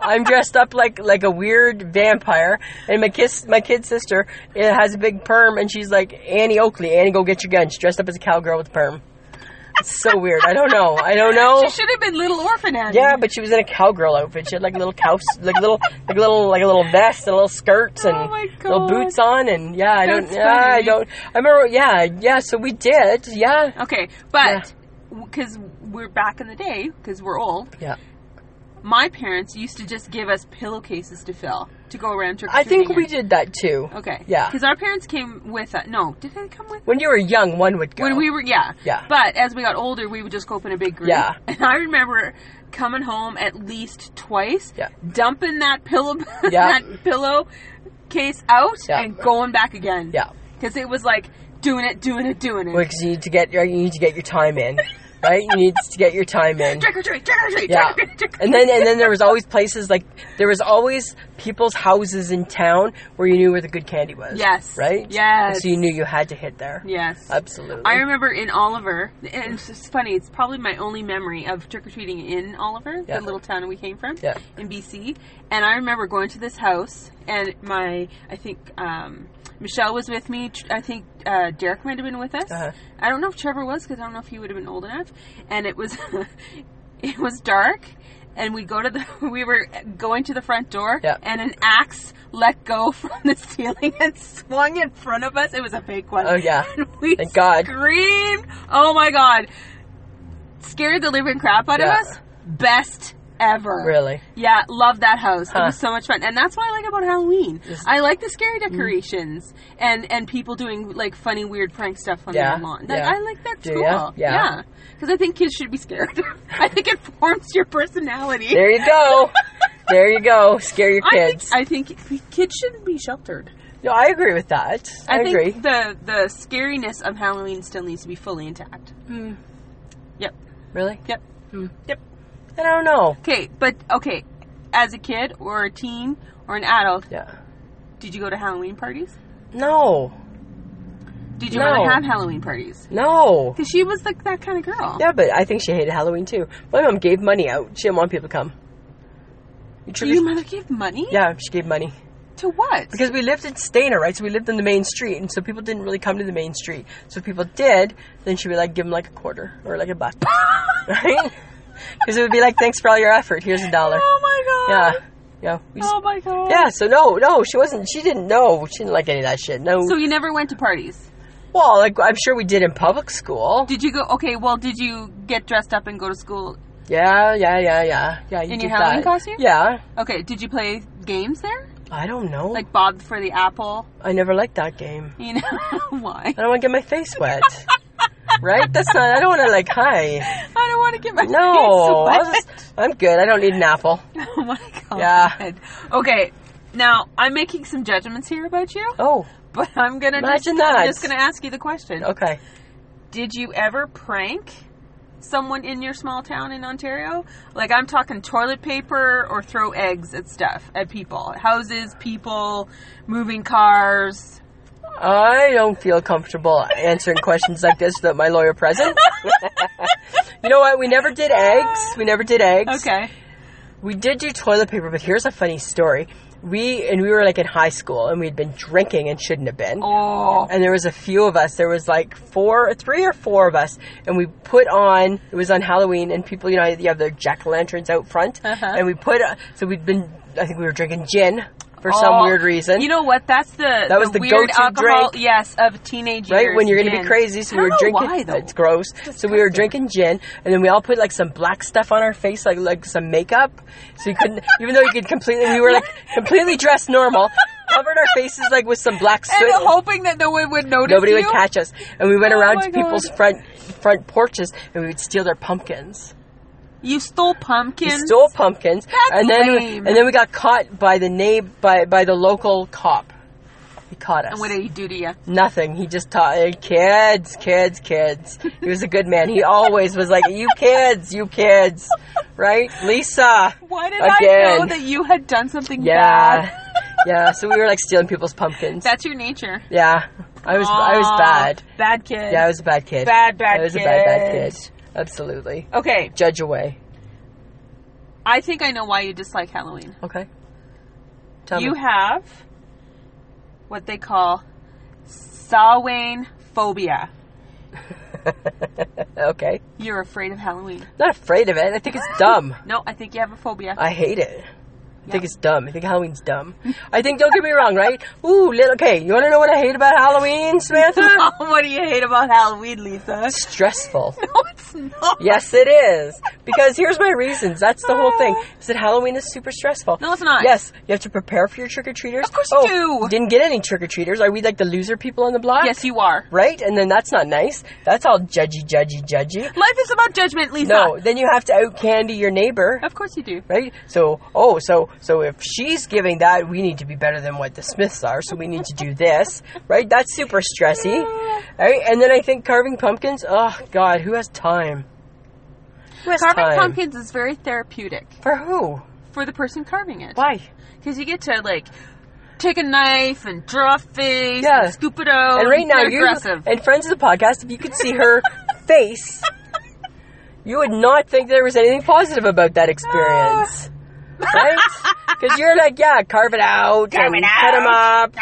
Speaker 3: I'm dressed up like like a weird vampire, and my kiss my kid sister it has a big perm, and she's like Annie Oakley. Annie, go get your gun. She's dressed up as a cowgirl with a perm. It's so weird. I don't know. I don't know.
Speaker 2: She should have been Little Orphan Annie.
Speaker 3: Yeah, but she was in a cowgirl outfit. She had like little cow, like little, like little, like a little vest and little skirts and
Speaker 2: Oh my
Speaker 3: little
Speaker 2: God.
Speaker 3: boots on, and yeah, I don't,
Speaker 2: That's
Speaker 3: yeah, I
Speaker 2: funny.
Speaker 3: don't. I remember, yeah, yeah. So we did, yeah,
Speaker 2: Okay, but because we're back in the day, because we're old,
Speaker 3: yeah.
Speaker 2: my parents used to just give us pillowcases to fill to go around trick or
Speaker 3: I think we did that too.
Speaker 2: Okay.
Speaker 3: Yeah.
Speaker 2: Because our parents came with us. No, did they come with?
Speaker 3: When you were young, one would go.
Speaker 2: When we were, yeah.
Speaker 3: Yeah.
Speaker 2: But as we got older, we would just go up in a big group.
Speaker 3: Yeah.
Speaker 2: And I remember coming home at least twice,
Speaker 3: Yeah.
Speaker 2: dumping that pillow,
Speaker 3: Yeah.
Speaker 2: that pillow case out,
Speaker 3: Yeah.
Speaker 2: and going back again.
Speaker 3: yeah,
Speaker 2: Because it was like doing it, doing it, doing it.
Speaker 3: because you need to get your, you need to get your time in, right? You need to get your time in.
Speaker 2: Trick or treat, trick or treat,
Speaker 3: Yeah.
Speaker 2: trick or treat, trick or
Speaker 3: And then and then there was always places like there was always people's houses in town where you knew where the good candy was.
Speaker 2: Yes.
Speaker 3: Right?
Speaker 2: Yes.
Speaker 3: So you knew you had to hit there.
Speaker 2: Yes.
Speaker 3: Absolutely.
Speaker 2: I remember in Oliver, and it's just funny, it's probably my only memory of trick or treating in Oliver,
Speaker 3: Yeah.
Speaker 2: the little town we came from
Speaker 3: Yeah.
Speaker 2: in BC. And I remember going to this house, and my, I think, um, Michelle was with me. Tr- I think uh, Derek might have been with us.
Speaker 3: Uh-huh.
Speaker 2: I don't know if Trevor was because I don't know if he would have been old enough. And it was, it was dark, and we go to the, we were going to the front door,
Speaker 3: Yeah.
Speaker 2: and an axe let go from the ceiling and swung in front of us. It was a fake one.
Speaker 3: Oh yeah.
Speaker 2: And we
Speaker 3: Thank God.
Speaker 2: screamed. Oh my god. Scared the living crap out
Speaker 3: Yeah.
Speaker 2: of us. Best ever.
Speaker 3: Really.
Speaker 2: Yeah, love that house. It
Speaker 3: Huh.
Speaker 2: was so much fun. And that's what I like about Halloween.
Speaker 3: Just- Mm.
Speaker 2: I like the scary decorations and and people doing like funny weird prank stuff on
Speaker 3: Yeah,
Speaker 2: their lawn. Like,
Speaker 3: yeah.
Speaker 2: I like that's
Speaker 3: Do
Speaker 2: cool.
Speaker 3: ya? Yeah.
Speaker 2: Cuz I think kids should be scared. I think it forms your personality.
Speaker 3: There you go. there you go. Scare your
Speaker 2: I think,
Speaker 3: kids.
Speaker 2: I think kids shouldn't be sheltered.
Speaker 3: no, I agree with that. I,
Speaker 2: think
Speaker 3: agree.
Speaker 2: the the scariness of Halloween still needs to be fully intact. Yep.
Speaker 3: Really?
Speaker 2: Yep. Yep.
Speaker 3: I don't know.
Speaker 2: Okay, but okay, as a kid or a teen or an adult,
Speaker 3: Yeah.
Speaker 2: did you go to Halloween parties?
Speaker 3: No.
Speaker 2: Did you
Speaker 3: No.
Speaker 2: really have Halloween parties?
Speaker 3: No.
Speaker 2: Because she was like that kind of girl.
Speaker 3: Yeah, but I think she hated Halloween too. My mom gave money out. She didn't want people to come.
Speaker 2: Do
Speaker 3: You trick-
Speaker 2: you mother give money?
Speaker 3: yeah, she gave money.
Speaker 2: To what?
Speaker 3: Because we lived in Stainer, right? So we lived in the main street, and so people didn't really come to the main street. So if people did, then she would like give them like a quarter or like a buck, right? Because it would be like, thanks for all your effort. Here's a dollar.
Speaker 2: Oh my
Speaker 3: Yeah.
Speaker 2: god.
Speaker 3: Yeah. We just-
Speaker 2: Oh my god.
Speaker 3: yeah. So no, no, she wasn't. She didn't know. She didn't like any of that shit. No.
Speaker 2: So you never went to parties.
Speaker 3: well, like I'm sure we did in public school.
Speaker 2: Did you go? Okay, well, did you get dressed up and go to school?
Speaker 3: Yeah, yeah, yeah, yeah, yeah. You
Speaker 2: In
Speaker 3: did
Speaker 2: your Halloween
Speaker 3: that.
Speaker 2: costume?
Speaker 3: Yeah.
Speaker 2: Okay, did you play games there?
Speaker 3: I don't know.
Speaker 2: Like Bob for the apple?
Speaker 3: I never liked that game.
Speaker 2: You know why?
Speaker 3: I don't want to get my face wet. right? That's not. I don't want to like hi.
Speaker 2: I don't want to get my
Speaker 3: No.
Speaker 2: face
Speaker 3: I'll
Speaker 2: wet.
Speaker 3: just, I'm good. I don't need an apple.
Speaker 2: Oh my god.
Speaker 3: Yeah.
Speaker 2: Okay. Now I'm making some judgments here about you,
Speaker 3: Oh.
Speaker 2: but I'm gonna
Speaker 3: Imagine
Speaker 2: just, I'm
Speaker 3: that.
Speaker 2: just gonna ask you the question.
Speaker 3: Okay.
Speaker 2: Did you ever prank someone in your small town in Ontario? Like I'm talking toilet paper or throw eggs at stuff at people, houses, people, moving cars.
Speaker 3: I don't feel comfortable answering questions like this without my lawyer present. you know what? We never did eggs. We never did eggs.
Speaker 2: Okay.
Speaker 3: We did do toilet paper, but here's a funny story. We and we were like in high school, and we'd been drinking and shouldn't have been.
Speaker 2: Oh.
Speaker 3: and there was a few of us. There was like four, three or four of us, and we put on. It was on Halloween, and people, you know, you have their jack o' lanterns out front,
Speaker 2: Uh-huh.
Speaker 3: and we put. uh, So we'd been. I think we were drinking gin for
Speaker 2: Oh.
Speaker 3: some weird reason.
Speaker 2: You know what? That's the
Speaker 3: That was the
Speaker 2: weird
Speaker 3: go-to
Speaker 2: alcohol,
Speaker 3: drink.
Speaker 2: yes, of teenage years.
Speaker 3: Right when you're going to be
Speaker 2: gin.
Speaker 3: crazy, so
Speaker 2: I
Speaker 3: we were
Speaker 2: don't know
Speaker 3: drinking.
Speaker 2: Why, though.
Speaker 3: It's gross. So we were drinking gin, and then we all put like some black stuff on our face, like like some makeup. So you couldn't, even though you could completely, we were like completely dressed normal, covered our faces like with some black soot.
Speaker 2: and hoping that no one would notice.
Speaker 3: Nobody
Speaker 2: you?
Speaker 3: would catch us, and we went
Speaker 2: Oh
Speaker 3: around
Speaker 2: my
Speaker 3: to people's
Speaker 2: God.
Speaker 3: front front porches, and we would steal their pumpkins.
Speaker 2: You stole
Speaker 3: We
Speaker 2: pumpkins.
Speaker 3: stole pumpkins,
Speaker 2: That's
Speaker 3: and then
Speaker 2: lame.
Speaker 3: and then we got caught by the neighbor by by the local cop. He caught us.
Speaker 2: And what did he do to you?
Speaker 3: Nothing. He just taught eh, kids, kids, kids. He was a good man. He always was like, "You kids, you kids," right, Lisa?
Speaker 2: Why did I know
Speaker 3: Again.
Speaker 2: that you had done something
Speaker 3: Yeah,
Speaker 2: bad?
Speaker 3: yeah. So we were like stealing people's pumpkins.
Speaker 2: That's your nature.
Speaker 3: yeah, I was I was
Speaker 2: Aw,
Speaker 3: bad.
Speaker 2: Bad kid.
Speaker 3: Yeah, I was a bad kid.
Speaker 2: Bad, bad
Speaker 3: I was a bad, bad
Speaker 2: kid.
Speaker 3: kid. Absolutely.
Speaker 2: Okay,
Speaker 3: Judge away.
Speaker 2: I think I know why you dislike Halloween.
Speaker 3: Okay. Tell
Speaker 2: you
Speaker 3: me.
Speaker 2: have what they call Samhain phobia.
Speaker 3: okay.
Speaker 2: You're afraid of Halloween.
Speaker 3: Not afraid of it. I think it's dumb.
Speaker 2: No, I think you have a phobia.
Speaker 3: I hate it. I
Speaker 2: Yeah.
Speaker 3: think it's dumb. I think Halloween's dumb. I think don't get me wrong, right? Ooh, little okay. You want to know what I hate about Halloween, Samantha?
Speaker 2: what do you hate about Halloween, Lisa?
Speaker 3: Stressful.
Speaker 2: No, it's not.
Speaker 3: Yes, it is. Because here's my reasons. That's the whole thing. Is that Halloween is super stressful?
Speaker 2: No, it's not.
Speaker 3: Yes, you have to prepare for your trick or treaters.
Speaker 2: Of course you do.
Speaker 3: Didn't get any trick or treaters. Are we like the loser people on the block?
Speaker 2: Yes, you are.
Speaker 3: right? And then that's not nice. That's all judgy, judgy, judgy.
Speaker 2: Life is about judgment, Lisa.
Speaker 3: No, then you have to out candy your neighbor,
Speaker 2: Of course you do.
Speaker 3: right? So, oh, so so if she's giving that, we need to be better than what the Smiths are, so we need to do this, right? That's super stressy, right? And then I think carving pumpkins. Oh God, who has time? Who has
Speaker 2: Carving
Speaker 3: time?
Speaker 2: pumpkins is very therapeutic
Speaker 3: for who?
Speaker 2: for the person carving it.
Speaker 3: Why?
Speaker 2: Because you get to like take a knife and draw a face,
Speaker 3: Yeah.
Speaker 2: and scoop it out.
Speaker 3: and right now,
Speaker 2: They're
Speaker 3: you
Speaker 2: aggressive.
Speaker 3: and friends of the podcast, if you could see her face, you would not think there was anything positive about that experience, right? Because you're like, yeah, carve it out, and cut them up.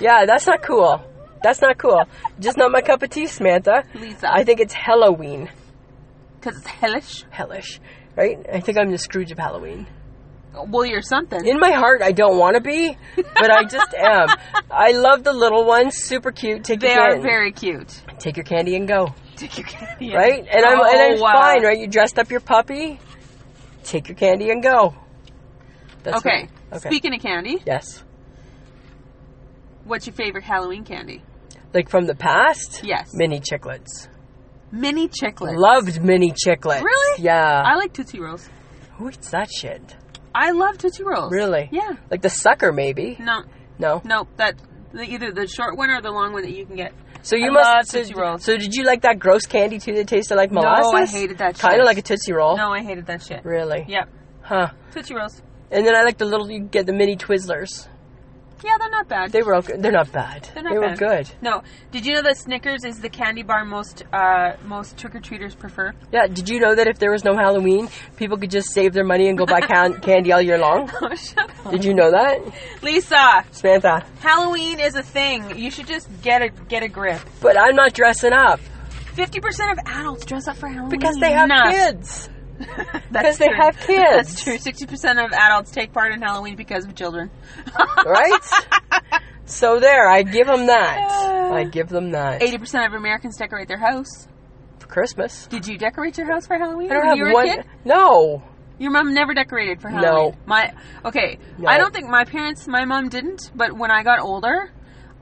Speaker 3: Yeah, that's not cool. That's not cool. Just not my cup of tea, Samantha.
Speaker 2: Lisa.
Speaker 3: I think it's Halloween,
Speaker 2: because it's hellish.
Speaker 3: hellish, right? I think I'm the Scrooge of Halloween.
Speaker 2: Well, you're something.
Speaker 3: In my heart, I don't want to be, but I just am. I love the little ones, super cute. Take
Speaker 2: they
Speaker 3: your
Speaker 2: are
Speaker 3: can-
Speaker 2: very cute.
Speaker 3: take your candy and go.
Speaker 2: Take your candy.
Speaker 3: right? And I'm and I'm
Speaker 2: Oh, wow.
Speaker 3: fine, right? You dressed up your puppy, take your candy and go. That's
Speaker 2: Okay.
Speaker 3: what- okay.
Speaker 2: Speaking of candy,
Speaker 3: yes,
Speaker 2: what's your favorite Halloween candy?
Speaker 3: like from the past.
Speaker 2: Yes.
Speaker 3: mini chiclets.
Speaker 2: Mini chiclets.
Speaker 3: Loved mini chiclets.
Speaker 2: Really?
Speaker 3: Yeah.
Speaker 2: I like Tootsie Rolls.
Speaker 3: Who eats that shit?
Speaker 2: I love Tootsie Rolls.
Speaker 3: Really?
Speaker 2: Yeah.
Speaker 3: Like the sucker, maybe?
Speaker 2: No,
Speaker 3: No.
Speaker 2: no, that the, either the short one or the long one that you can get.
Speaker 3: So you
Speaker 2: I
Speaker 3: must.
Speaker 2: love
Speaker 3: so,
Speaker 2: Tootsie Rolls.
Speaker 3: so did you like that gross candy too that tasted like molasses?
Speaker 2: I hated that
Speaker 3: Kind
Speaker 2: shit.
Speaker 3: of like a tootsie roll.
Speaker 2: No, I hated that shit.
Speaker 3: Really?
Speaker 2: Yep.
Speaker 3: Huh.
Speaker 2: Tootsie Rolls.
Speaker 3: And then I like the little. You get the mini Twizzlers.
Speaker 2: Yeah, they're not bad.
Speaker 3: They were okay. They're not bad.
Speaker 2: They're not
Speaker 3: they
Speaker 2: bad.
Speaker 3: were good.
Speaker 2: No. Did you know that Snickers is the candy bar most uh, most trick or treaters prefer?
Speaker 3: Yeah, did you know that if there was no Halloween, people could just save their money and go buy can- candy all year long?
Speaker 2: Oh, shut up.
Speaker 3: Did you know that?
Speaker 2: Lisa,
Speaker 3: Samantha.
Speaker 2: Halloween is a thing. You should just get a get a grip.
Speaker 3: But I'm not dressing up
Speaker 2: Fifty percent of adults dress up for Halloween
Speaker 3: because they have
Speaker 2: Nah.
Speaker 3: kids. because they have kids.
Speaker 2: That's true. Sixty percent of adults take part in Halloween because of children.
Speaker 3: right? so there, I give them that. I give them that.
Speaker 2: Eighty percent of Americans decorate their house.
Speaker 3: For Christmas.
Speaker 2: Did you decorate your house for Halloween?
Speaker 3: I don't
Speaker 2: when
Speaker 3: have
Speaker 2: you were
Speaker 3: one.
Speaker 2: A kid?
Speaker 3: No.
Speaker 2: Your mom never decorated for
Speaker 3: No.
Speaker 2: Halloween. My okay.
Speaker 3: No.
Speaker 2: I don't think my parents, my mom didn't. But when I got older,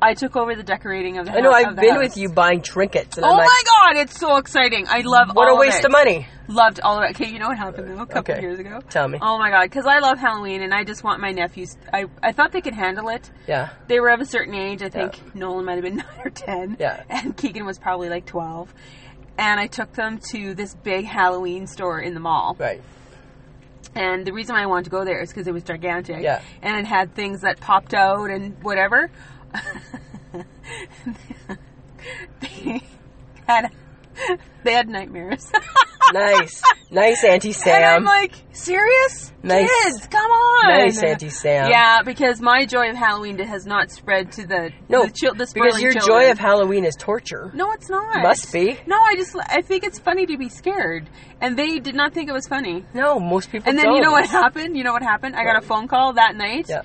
Speaker 2: I took over the decorating of the.
Speaker 3: I know.
Speaker 2: hou-
Speaker 3: I've
Speaker 2: of the
Speaker 3: been
Speaker 2: house.
Speaker 3: with you buying trinkets, and
Speaker 2: Oh
Speaker 3: I'm like,
Speaker 2: my god, it's so exciting! I love
Speaker 3: what
Speaker 2: all
Speaker 3: a waste
Speaker 2: of, it.
Speaker 3: of money.
Speaker 2: Loved all of it. Okay, you know what happened though, a couple
Speaker 3: Okay.
Speaker 2: years ago.
Speaker 3: Tell me.
Speaker 2: Oh my god, because I love Halloween and I just want my nephews. I I thought they could handle it.
Speaker 3: Yeah.
Speaker 2: They were of a certain age. I think Nolan might have been nine or ten.
Speaker 3: Yeah.
Speaker 2: And Keegan was probably like twelve. And I took them to this big Halloween store in the mall.
Speaker 3: Right.
Speaker 2: And the reason why I wanted to go there is because it was gigantic.
Speaker 3: Yeah.
Speaker 2: And it had things that popped out and whatever. they had they had nightmares.
Speaker 3: Nice. nice, Auntie
Speaker 2: And I'm
Speaker 3: Sam.
Speaker 2: like, serious?
Speaker 3: Nice.
Speaker 2: Kids, come on.
Speaker 3: Nice, Auntie Sam.
Speaker 2: Yeah, because my joy of Halloween has not spread to the
Speaker 3: no,
Speaker 2: the chil- the
Speaker 3: because
Speaker 2: spoiling
Speaker 3: your
Speaker 2: children.
Speaker 3: joy of Halloween is torture.
Speaker 2: no, it's not.
Speaker 3: Must be.
Speaker 2: No, I just I think it's funny to be scared, and they did not think it was funny.
Speaker 3: No, most people
Speaker 2: And then
Speaker 3: don't.
Speaker 2: you know what happened? You know what happened? I got a phone call that night.
Speaker 3: Yeah.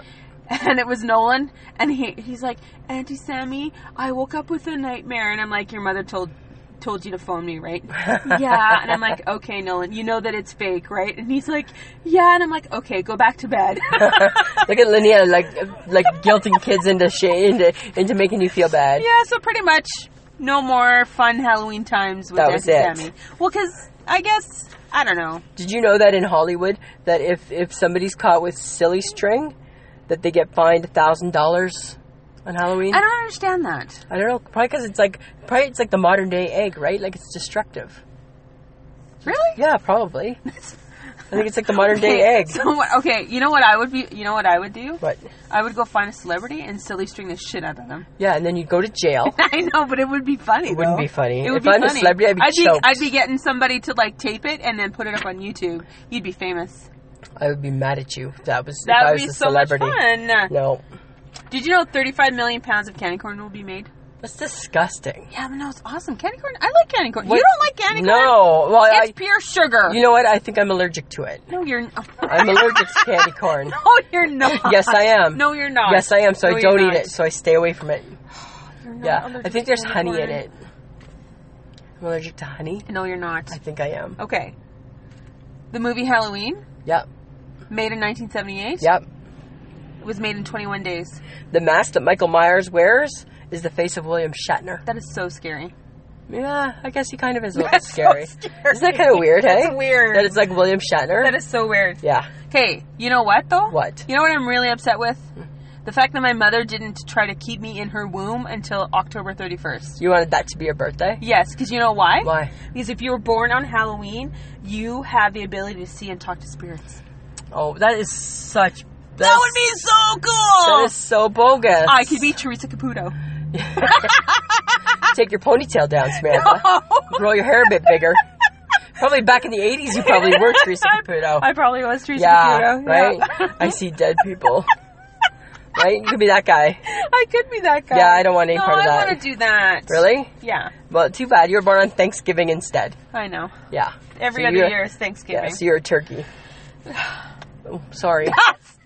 Speaker 2: And it was Nolan, and he he's like, Auntie Sammy, I woke up with a nightmare, and I'm like, your mother told told you to phone me, right? yeah, and I'm like, okay, Nolan, you know that it's fake, right? And he's like, yeah, and I'm like, okay, go back to bed.
Speaker 3: Look at Linnea, like, like guilting kids into, sh- into into making you feel bad.
Speaker 2: yeah, so pretty much no more fun Halloween times with
Speaker 3: That
Speaker 2: Auntie
Speaker 3: was it.
Speaker 2: Sammy. Well, because I guess I don't know.
Speaker 3: Did you know that in Hollywood that if if somebody's caught with silly string, that they get fined a thousand dollars on Halloween?
Speaker 2: I don't understand that.
Speaker 3: I don't know. Probably because it's like probably it's like the modern day egg, right? Like it's destructive.
Speaker 2: Really?
Speaker 3: Yeah, probably. I think it's like the modern day egg.
Speaker 2: So what, okay, you know what I would be? You know what I would do?
Speaker 3: But
Speaker 2: I would go find a celebrity and silly string the shit out of them.
Speaker 3: yeah, and then you go to jail.
Speaker 2: I know, but it would be funny. It
Speaker 3: wouldn't be funny. If I'm a celebrity, I'd be choked.
Speaker 2: I'd be getting somebody to like tape it and then put it up on YouTube. You'd be famous.
Speaker 3: I would be mad at you if that was if
Speaker 2: That
Speaker 3: I
Speaker 2: would
Speaker 3: was
Speaker 2: be
Speaker 3: a
Speaker 2: so
Speaker 3: celebrity.
Speaker 2: much fun.
Speaker 3: No,
Speaker 2: Did you know 35 million pounds of candy corn will be made?
Speaker 3: that's disgusting.
Speaker 2: Yeah, but no, it's awesome. Candy corn. I like candy corn.
Speaker 3: What?
Speaker 2: You don't like candy corn?
Speaker 3: No, well,
Speaker 2: It's
Speaker 3: I,
Speaker 2: pure sugar.
Speaker 3: you know what? I think I'm allergic to it.
Speaker 2: no, you're.
Speaker 3: I'm allergic to candy corn.
Speaker 2: no, you're not.
Speaker 3: Yes, I am.
Speaker 2: No, you're not.
Speaker 3: Yes, I am. So
Speaker 2: No,
Speaker 3: I
Speaker 2: you're
Speaker 3: don't eat
Speaker 2: not.
Speaker 3: it. So I stay away from it.
Speaker 2: You're not
Speaker 3: Yeah,
Speaker 2: allergic
Speaker 3: I think
Speaker 2: to
Speaker 3: there's
Speaker 2: candy
Speaker 3: honey in
Speaker 2: corn.
Speaker 3: it. I'm allergic to honey.
Speaker 2: No, you're not.
Speaker 3: I think I am.
Speaker 2: Okay. The movie Halloween,
Speaker 3: Yep,
Speaker 2: made in 1978,
Speaker 3: yep.
Speaker 2: was made in 21 days.
Speaker 3: The mask that Michael Myers wears is the face of William Shatner.
Speaker 2: That is so scary.
Speaker 3: Yeah, I guess he kind of is a little
Speaker 2: That's so
Speaker 3: scary.
Speaker 2: scary.
Speaker 3: Isn't that kind of weird?
Speaker 2: That's
Speaker 3: hey,
Speaker 2: weird.
Speaker 3: That it's like William Shatner.
Speaker 2: That is so weird.
Speaker 3: yeah,
Speaker 2: Hey, you know what though?
Speaker 3: What?
Speaker 2: You know what I'm really upset with? The fact that my mother didn't try to keep me in her womb until October 31st.
Speaker 3: you wanted that to be your birthday.
Speaker 2: Yes, because you know why?
Speaker 3: Why?
Speaker 2: Because if you were born on Halloween, you have the ability to see and talk to spirits.
Speaker 3: Oh, that is such.
Speaker 2: that
Speaker 3: that's-
Speaker 2: would be so cool!
Speaker 3: That is so bogus.
Speaker 2: I could be Teresa Caputo.
Speaker 3: Take your ponytail down, Samantha. Grow your hair a bit bigger. Probably back in the '80s, you probably were Teresa Caputo.
Speaker 2: I probably was Teresa
Speaker 3: yeah,
Speaker 2: Caputo.
Speaker 3: right.
Speaker 2: Yeah.
Speaker 3: I see dead people. right, you could be that guy.
Speaker 2: I could be that guy.
Speaker 3: Yeah, I don't want any
Speaker 2: no,
Speaker 3: part of
Speaker 2: I
Speaker 3: that.
Speaker 2: want to do that.
Speaker 3: Really?
Speaker 2: Yeah,
Speaker 3: Well, too bad. You were born on Thanksgiving instead.
Speaker 2: I know.
Speaker 3: Yeah.
Speaker 2: Every
Speaker 3: So
Speaker 2: other
Speaker 3: you're-
Speaker 2: year is Thanksgiving.
Speaker 3: Yeah, so you're a turkey. Oh, sorry.
Speaker 2: That's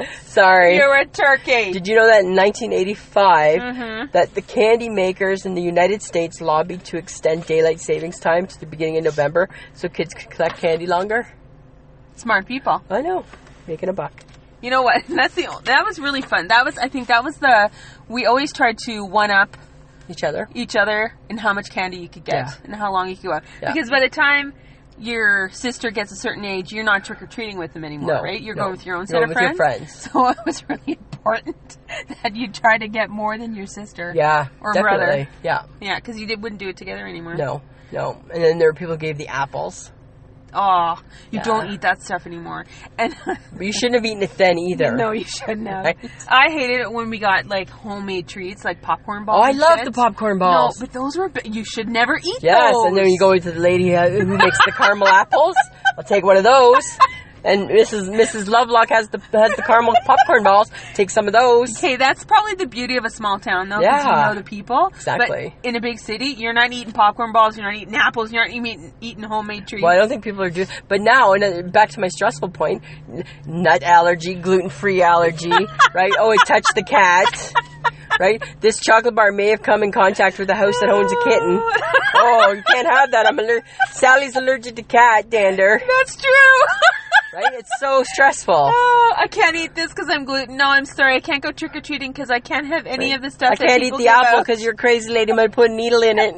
Speaker 2: nice.
Speaker 3: sorry.
Speaker 2: You're a turkey.
Speaker 3: Did you know that in 1985
Speaker 2: Mm-hmm.
Speaker 3: that the candy makers in the United States lobbied to extend daylight savings time to the beginning of November so kids could collect candy longer?
Speaker 2: Smart people.
Speaker 3: I know. Making a buck.
Speaker 2: You know what? That's the that was really fun. That was I think that was the we always tried to one up
Speaker 3: Each other.
Speaker 2: each other in how much candy you could get
Speaker 3: Yeah.
Speaker 2: and how long you could go out.
Speaker 3: Yeah.
Speaker 2: Because by the time your sister gets a certain age, you're not trick or treating with them anymore,
Speaker 3: No,
Speaker 2: right? You're
Speaker 3: no.
Speaker 2: going with your own
Speaker 3: You're
Speaker 2: set
Speaker 3: going
Speaker 2: of
Speaker 3: with your
Speaker 2: friends.
Speaker 3: friends.
Speaker 2: So it was really important that you try to get more than your sister.
Speaker 3: Yeah.
Speaker 2: Or
Speaker 3: definitely.
Speaker 2: brother.
Speaker 3: Yeah.
Speaker 2: Yeah, because you did, wouldn't do it together anymore.
Speaker 3: No. No. And then there were people who gave the apples.
Speaker 2: Oh, you
Speaker 3: Yeah.
Speaker 2: don't eat that stuff anymore. And
Speaker 3: But you shouldn't have eaten it then either.
Speaker 2: no, you shouldn't have.
Speaker 3: Right.
Speaker 2: I hated it when we got like homemade treats, like popcorn balls.
Speaker 3: Oh, I
Speaker 2: and
Speaker 3: love
Speaker 2: shit.
Speaker 3: the popcorn balls.
Speaker 2: No, but those were bi- you should never eat
Speaker 3: Yes,
Speaker 2: those.
Speaker 3: and then you go to the lady uh, who makes the caramel apples. I'll take one of those. And Mrs. Mrs. Lovelock has the has the caramel popcorn balls. Take some of those.
Speaker 2: Hey, that's probably the beauty of a small town, though, because you
Speaker 3: Yeah.
Speaker 2: know the people.
Speaker 3: Exactly.
Speaker 2: But in a big city, you're not eating popcorn balls, you're not eating apples, you're not eating, eating homemade treats.
Speaker 3: Well, I don't think people are doing. But now, and uh, back to my stressful point: n- nut allergy, gluten free allergy, right? Oh, it touched the cat, right? This chocolate bar may have come in contact with a house that owns a kitten. Oh, you can't have that. I'm aller- Sally's allergic to cat dander,
Speaker 2: that's true.
Speaker 3: right? It's so stressful.
Speaker 2: Oh, I can't eat this because I'm gluten. No, I'm sorry. I can't go trick or treating because I can't have any of the stuff.
Speaker 3: I
Speaker 2: that
Speaker 3: can't eat
Speaker 2: people
Speaker 3: the
Speaker 2: give
Speaker 3: apple
Speaker 2: out.
Speaker 3: because your crazy lady might put a needle in it.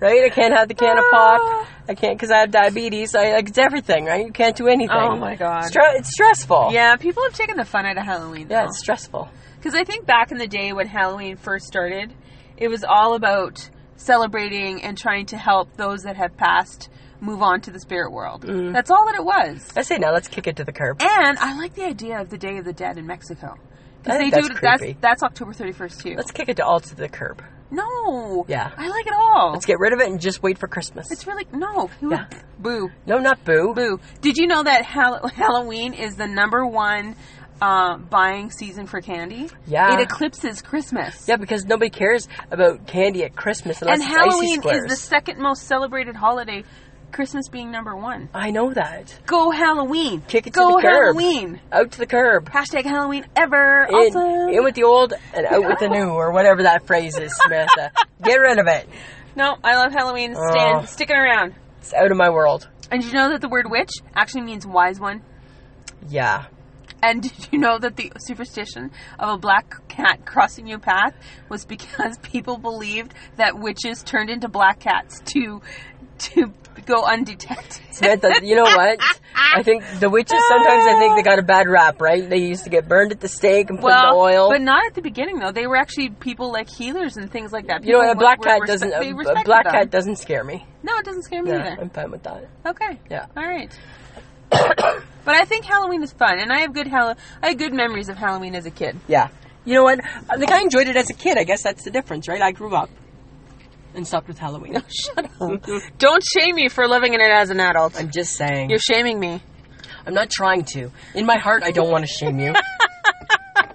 Speaker 3: Right? I can't have the can
Speaker 2: Ah.
Speaker 3: of pop. I can't because I have diabetes. I, like, it's everything, right? You can't do anything.
Speaker 2: Oh my God.
Speaker 3: Stre- it's stressful.
Speaker 2: Yeah, people have taken the fun out of Halloween.
Speaker 3: Yeah, it's stressful.
Speaker 2: because I think back in the day when Halloween first started, it was all about celebrating and trying to help those that have passed move on to the spirit world.
Speaker 3: Mm-hmm.
Speaker 2: That's all that it was.
Speaker 3: I say now let's kick it to the curb.
Speaker 2: And I like the idea of the Day of the Dead in Mexico.
Speaker 3: I
Speaker 2: Because they
Speaker 3: think
Speaker 2: do
Speaker 3: that's
Speaker 2: that's
Speaker 3: creepy.
Speaker 2: that's October thirty first too.
Speaker 3: Let's kick it to all to the curb.
Speaker 2: no.
Speaker 3: Yeah.
Speaker 2: I like it all.
Speaker 3: Let's get rid of it and just wait for Christmas.
Speaker 2: it's really no.
Speaker 3: Yeah.
Speaker 2: Boo.
Speaker 3: no, not boo.
Speaker 2: Boo. Did you know that Hall- Halloween is the number one uh, buying season for candy?
Speaker 3: Yeah.
Speaker 2: It eclipses Christmas.
Speaker 3: Yeah, because nobody cares about candy at Christmas unless
Speaker 2: And
Speaker 3: it's icy
Speaker 2: Halloween is
Speaker 3: squares.
Speaker 2: the second most celebrated holiday, Christmas being number one.
Speaker 3: I know that.
Speaker 2: Go Halloween.
Speaker 3: Kick it to
Speaker 2: Go
Speaker 3: the curb.
Speaker 2: Halloween.
Speaker 3: Out to the curb.
Speaker 2: Hashtag Halloween ever.
Speaker 3: In,
Speaker 2: awesome.
Speaker 3: in with the old and out with the new, or whatever that phrase is, Samantha. Get rid of it.
Speaker 2: no, I love Halloween.
Speaker 3: Oh.
Speaker 2: Stand, sticking around.
Speaker 3: It's out of my world.
Speaker 2: And did you know that the word witch actually means wise one?
Speaker 3: Yeah.
Speaker 2: And did you know that the superstition of a black cat crossing your path was because people believed that witches turned into black cats to to go undetected?
Speaker 3: Samantha, you know what? I think the witches sometimes I think they got a bad rap, right? They used to get burned at the stake and put in
Speaker 2: Well,
Speaker 3: the oil.
Speaker 2: but not at the beginning though. They were actually people like healers and things like that.
Speaker 3: you know what? A
Speaker 2: People
Speaker 3: black
Speaker 2: were-
Speaker 3: cat
Speaker 2: were
Speaker 3: doesn't.
Speaker 2: respe- they
Speaker 3: A, a
Speaker 2: respected
Speaker 3: black
Speaker 2: them.
Speaker 3: cat doesn't scare me.
Speaker 2: No, it doesn't scare me
Speaker 3: Yeah,
Speaker 2: either.
Speaker 3: I'm fine with that.
Speaker 2: Okay.
Speaker 3: Yeah.
Speaker 2: All right. but I think Halloween is fun, and I have good Hall- I have good memories of Halloween as a kid.
Speaker 3: Yeah. You know what? I think I enjoyed it as a kid. I guess that's the difference, right? I grew up and stopped with Halloween.
Speaker 2: Oh, Shut up! Don't shame me for living in it as an adult.
Speaker 3: I'm just saying.
Speaker 2: You're shaming me.
Speaker 3: I'm not trying to. In my heart, I don't want to shame you.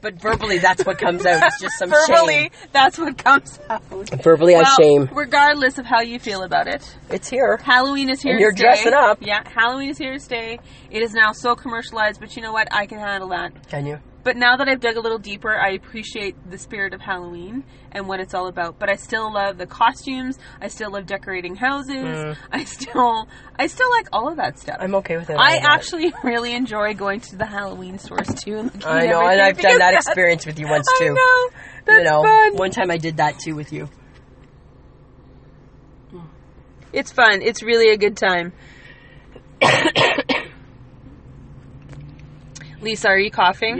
Speaker 3: but verbally, that's what comes out. It's just some
Speaker 2: verbally, that's what comes out.
Speaker 3: shame. Verbally, I
Speaker 2: Well,
Speaker 3: shame.
Speaker 2: Regardless of how you feel about it,
Speaker 3: It's here.
Speaker 2: Halloween is here.
Speaker 3: And you're
Speaker 2: to stay.
Speaker 3: dressing up.
Speaker 2: Yeah, Halloween is here to stay. It is now so commercialized, but you know what? I can handle that.
Speaker 3: Can you?
Speaker 2: But now that I've dug a little deeper, I appreciate the spirit of Halloween and what it's all about. But I still love the costumes. I still love decorating houses. I still, I still like all of that stuff.
Speaker 3: Mm. I'm okay with it.
Speaker 2: I
Speaker 3: I'm not-
Speaker 2: actually really enjoy going to the Halloween stores too. and looking
Speaker 3: I
Speaker 2: at
Speaker 3: know, and
Speaker 2: everything
Speaker 3: I've done that
Speaker 2: because
Speaker 3: experience with you once
Speaker 2: that's-
Speaker 3: too.
Speaker 2: I know. That's
Speaker 3: you know,
Speaker 2: fun.
Speaker 3: one time I did that too with you.
Speaker 2: It's fun. It's really a good time. Lisa, are you coughing?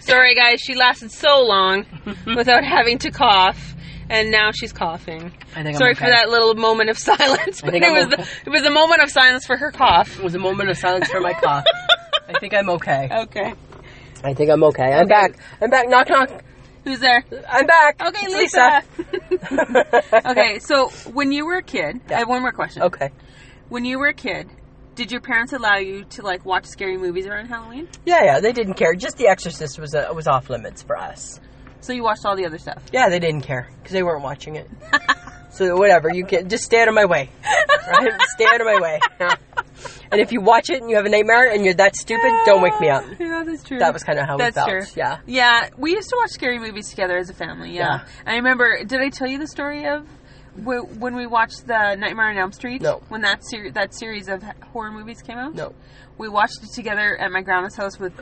Speaker 2: Sorry, guys. She lasted so long without having to cough, and now she's coughing.
Speaker 3: I think I'm
Speaker 2: Sorry for
Speaker 3: okay.
Speaker 2: that little moment of silence, but it
Speaker 3: think I'm
Speaker 2: was
Speaker 3: okay.
Speaker 2: the, it was a moment of silence for her cough.
Speaker 3: It was a moment of silence for my cough. I think I'm okay.
Speaker 2: Okay.
Speaker 3: I think I'm okay. I'm back. I'm back. Knock knock.
Speaker 2: Who's there?
Speaker 3: I'm back.
Speaker 2: Okay,
Speaker 3: It's
Speaker 2: Lisa. okay, so when you were a kid, I have one more question.
Speaker 3: okay.
Speaker 2: When you were a kid, did your parents allow you to like watch scary movies around Halloween?
Speaker 3: Yeah, yeah. They didn't care. Just The Exorcist was uh, was off limits for us.
Speaker 2: So you watched all the other stuff.
Speaker 3: Yeah, they didn't care because they weren't watching it. so whatever. You can just stay out of my way. Right? stay out of my way. and if you watch it and you have a nightmare and you're that stupid, don't wake me up.
Speaker 2: Yeah, that's true.
Speaker 3: That was kind of how
Speaker 2: That's
Speaker 3: we felt.
Speaker 2: true.
Speaker 3: Yeah.
Speaker 2: Yeah, we used to watch scary movies together as a family. Yeah.
Speaker 3: Yeah.
Speaker 2: I remember. Did I tell you the story of wh- when we watched the Nightmare on Elm Street?
Speaker 3: No.
Speaker 2: When that ser- that series of horror movies came out.
Speaker 3: No.
Speaker 2: We watched it together at my grandma's house with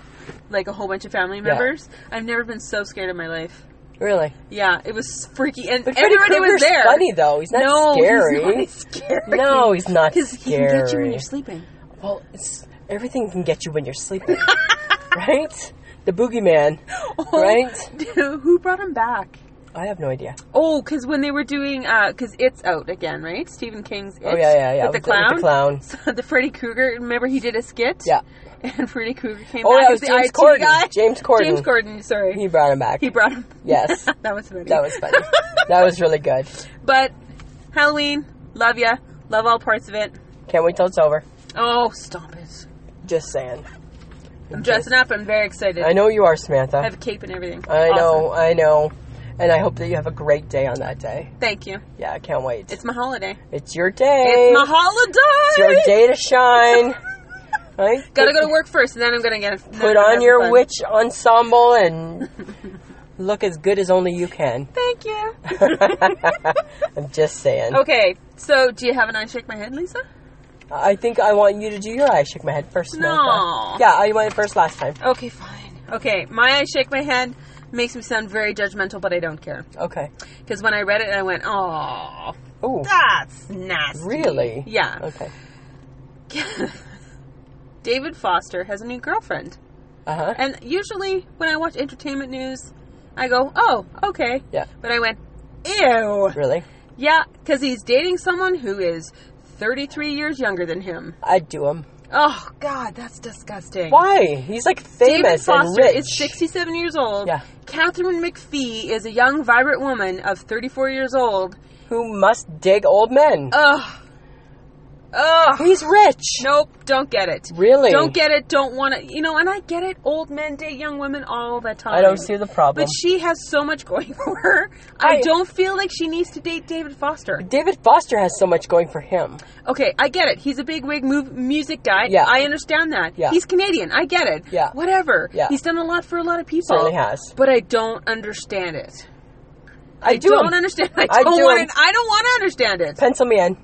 Speaker 2: like a whole bunch of family members. I've never been so scared in my life.
Speaker 3: Really.
Speaker 2: Yeah, it was freaky, and
Speaker 3: But Freddy
Speaker 2: everybody was
Speaker 3: Krueger's
Speaker 2: there.
Speaker 3: funny though. He's not
Speaker 2: no,
Speaker 3: scary.
Speaker 2: he's not scary.
Speaker 3: No, he's not
Speaker 2: because he can get you when
Speaker 3: scary.
Speaker 2: you're sleeping.
Speaker 3: Well, it's everything can get you when you're sleeping, right? The boogeyman, right?
Speaker 2: Who brought him back?
Speaker 3: I have no idea.
Speaker 2: Oh, because when they were doing, because it's out again, right? Stephen King's. It,
Speaker 3: Oh yeah, yeah, yeah.
Speaker 2: With the
Speaker 3: with
Speaker 2: clown.
Speaker 3: The, with the clown.
Speaker 2: So the Freddy Krueger. Remember, he did a skit.
Speaker 3: Yeah.
Speaker 2: And Freddy Krueger came.
Speaker 3: Oh,
Speaker 2: back as
Speaker 3: that was
Speaker 2: the
Speaker 3: James
Speaker 2: IT
Speaker 3: Corden.
Speaker 2: guy.
Speaker 3: James Corden.
Speaker 2: James Corden. Sorry,
Speaker 3: He
Speaker 2: he,
Speaker 3: brought him back.
Speaker 2: brought him.
Speaker 3: Yes,
Speaker 2: that was funny.
Speaker 3: that was funny. that was really good.
Speaker 2: But Halloween, love ya, love all parts of it.
Speaker 3: Can't wait till it's over.
Speaker 2: Oh, stop it.
Speaker 3: Just saying.
Speaker 2: I'm dressing up. I'm very excited.
Speaker 3: I know you are, Samantha.
Speaker 2: I have a cape and everything.
Speaker 3: I know,
Speaker 2: Awesome.
Speaker 3: I know. And I hope that you have a great day on that day.
Speaker 2: Thank you.
Speaker 3: Yeah, I can't wait. It's,
Speaker 2: It's my holiday.
Speaker 3: your day.
Speaker 2: It's my holiday.
Speaker 3: It's your day to shine. right?
Speaker 2: Gotta go to work first, and then I'm gonna get. then I'm
Speaker 3: Put
Speaker 2: gonna
Speaker 3: on
Speaker 2: have
Speaker 3: your
Speaker 2: fun.
Speaker 3: witch ensemble and look as good as only you can.
Speaker 2: Thank you.
Speaker 3: I'm just saying.
Speaker 2: Okay, so do you have an eye shake my head, Lisa?
Speaker 3: I think I want you to do your eye shake my head first.
Speaker 2: No.
Speaker 3: Samantha. Yeah, I went first last time.
Speaker 2: Okay, fine. Okay, my eye shake my head makes me sound very judgmental, but I don't care.
Speaker 3: Okay.
Speaker 2: Because when I read it, I went, oh,
Speaker 3: Ooh.
Speaker 2: that's nasty.
Speaker 3: Really?
Speaker 2: Yeah.
Speaker 3: Okay.
Speaker 2: David Foster has a new girlfriend.
Speaker 3: Uh huh.
Speaker 2: And usually when I watch entertainment news, I go, oh, okay.
Speaker 3: Yeah.
Speaker 2: But I went, ew.
Speaker 3: Really?
Speaker 2: Yeah, because he's dating someone who is 33 years younger than him.
Speaker 3: I'd do him.
Speaker 2: Oh, God, that's disgusting.
Speaker 3: Why? He's like
Speaker 2: David
Speaker 3: famous and
Speaker 2: Foster
Speaker 3: rich.
Speaker 2: is 67 years old.
Speaker 3: Yeah.
Speaker 2: Catherine McPhee is a young, vibrant woman of 34 years old.
Speaker 3: Who must dig old men?
Speaker 2: Ugh. Ugh.
Speaker 3: He's rich.
Speaker 2: Nope, don't get it.
Speaker 3: Really?
Speaker 2: Oh. Don't get it, don't want to. You know, and I get it. Old men date young women all the time.
Speaker 3: I don't see the problem.
Speaker 2: But she has so much going for her. I,
Speaker 3: I-
Speaker 2: don't feel like she needs to date David Foster.
Speaker 3: David Foster has so much going for him.
Speaker 2: Okay, I get it. He's a big wig move, music guy.
Speaker 3: Yeah.
Speaker 2: I understand that.
Speaker 3: Yeah.
Speaker 2: He's Canadian. I get it.
Speaker 3: Yeah.
Speaker 2: Whatever.
Speaker 3: Yeah.
Speaker 2: He's done a lot for a lot of people.
Speaker 3: Certainly has.
Speaker 2: But I don't understand it.
Speaker 3: I do
Speaker 2: don't
Speaker 3: him.
Speaker 2: understand. I
Speaker 3: I
Speaker 2: don't
Speaker 3: do
Speaker 2: want
Speaker 3: him.
Speaker 2: it. I don't want to understand it.
Speaker 3: Pencil me in.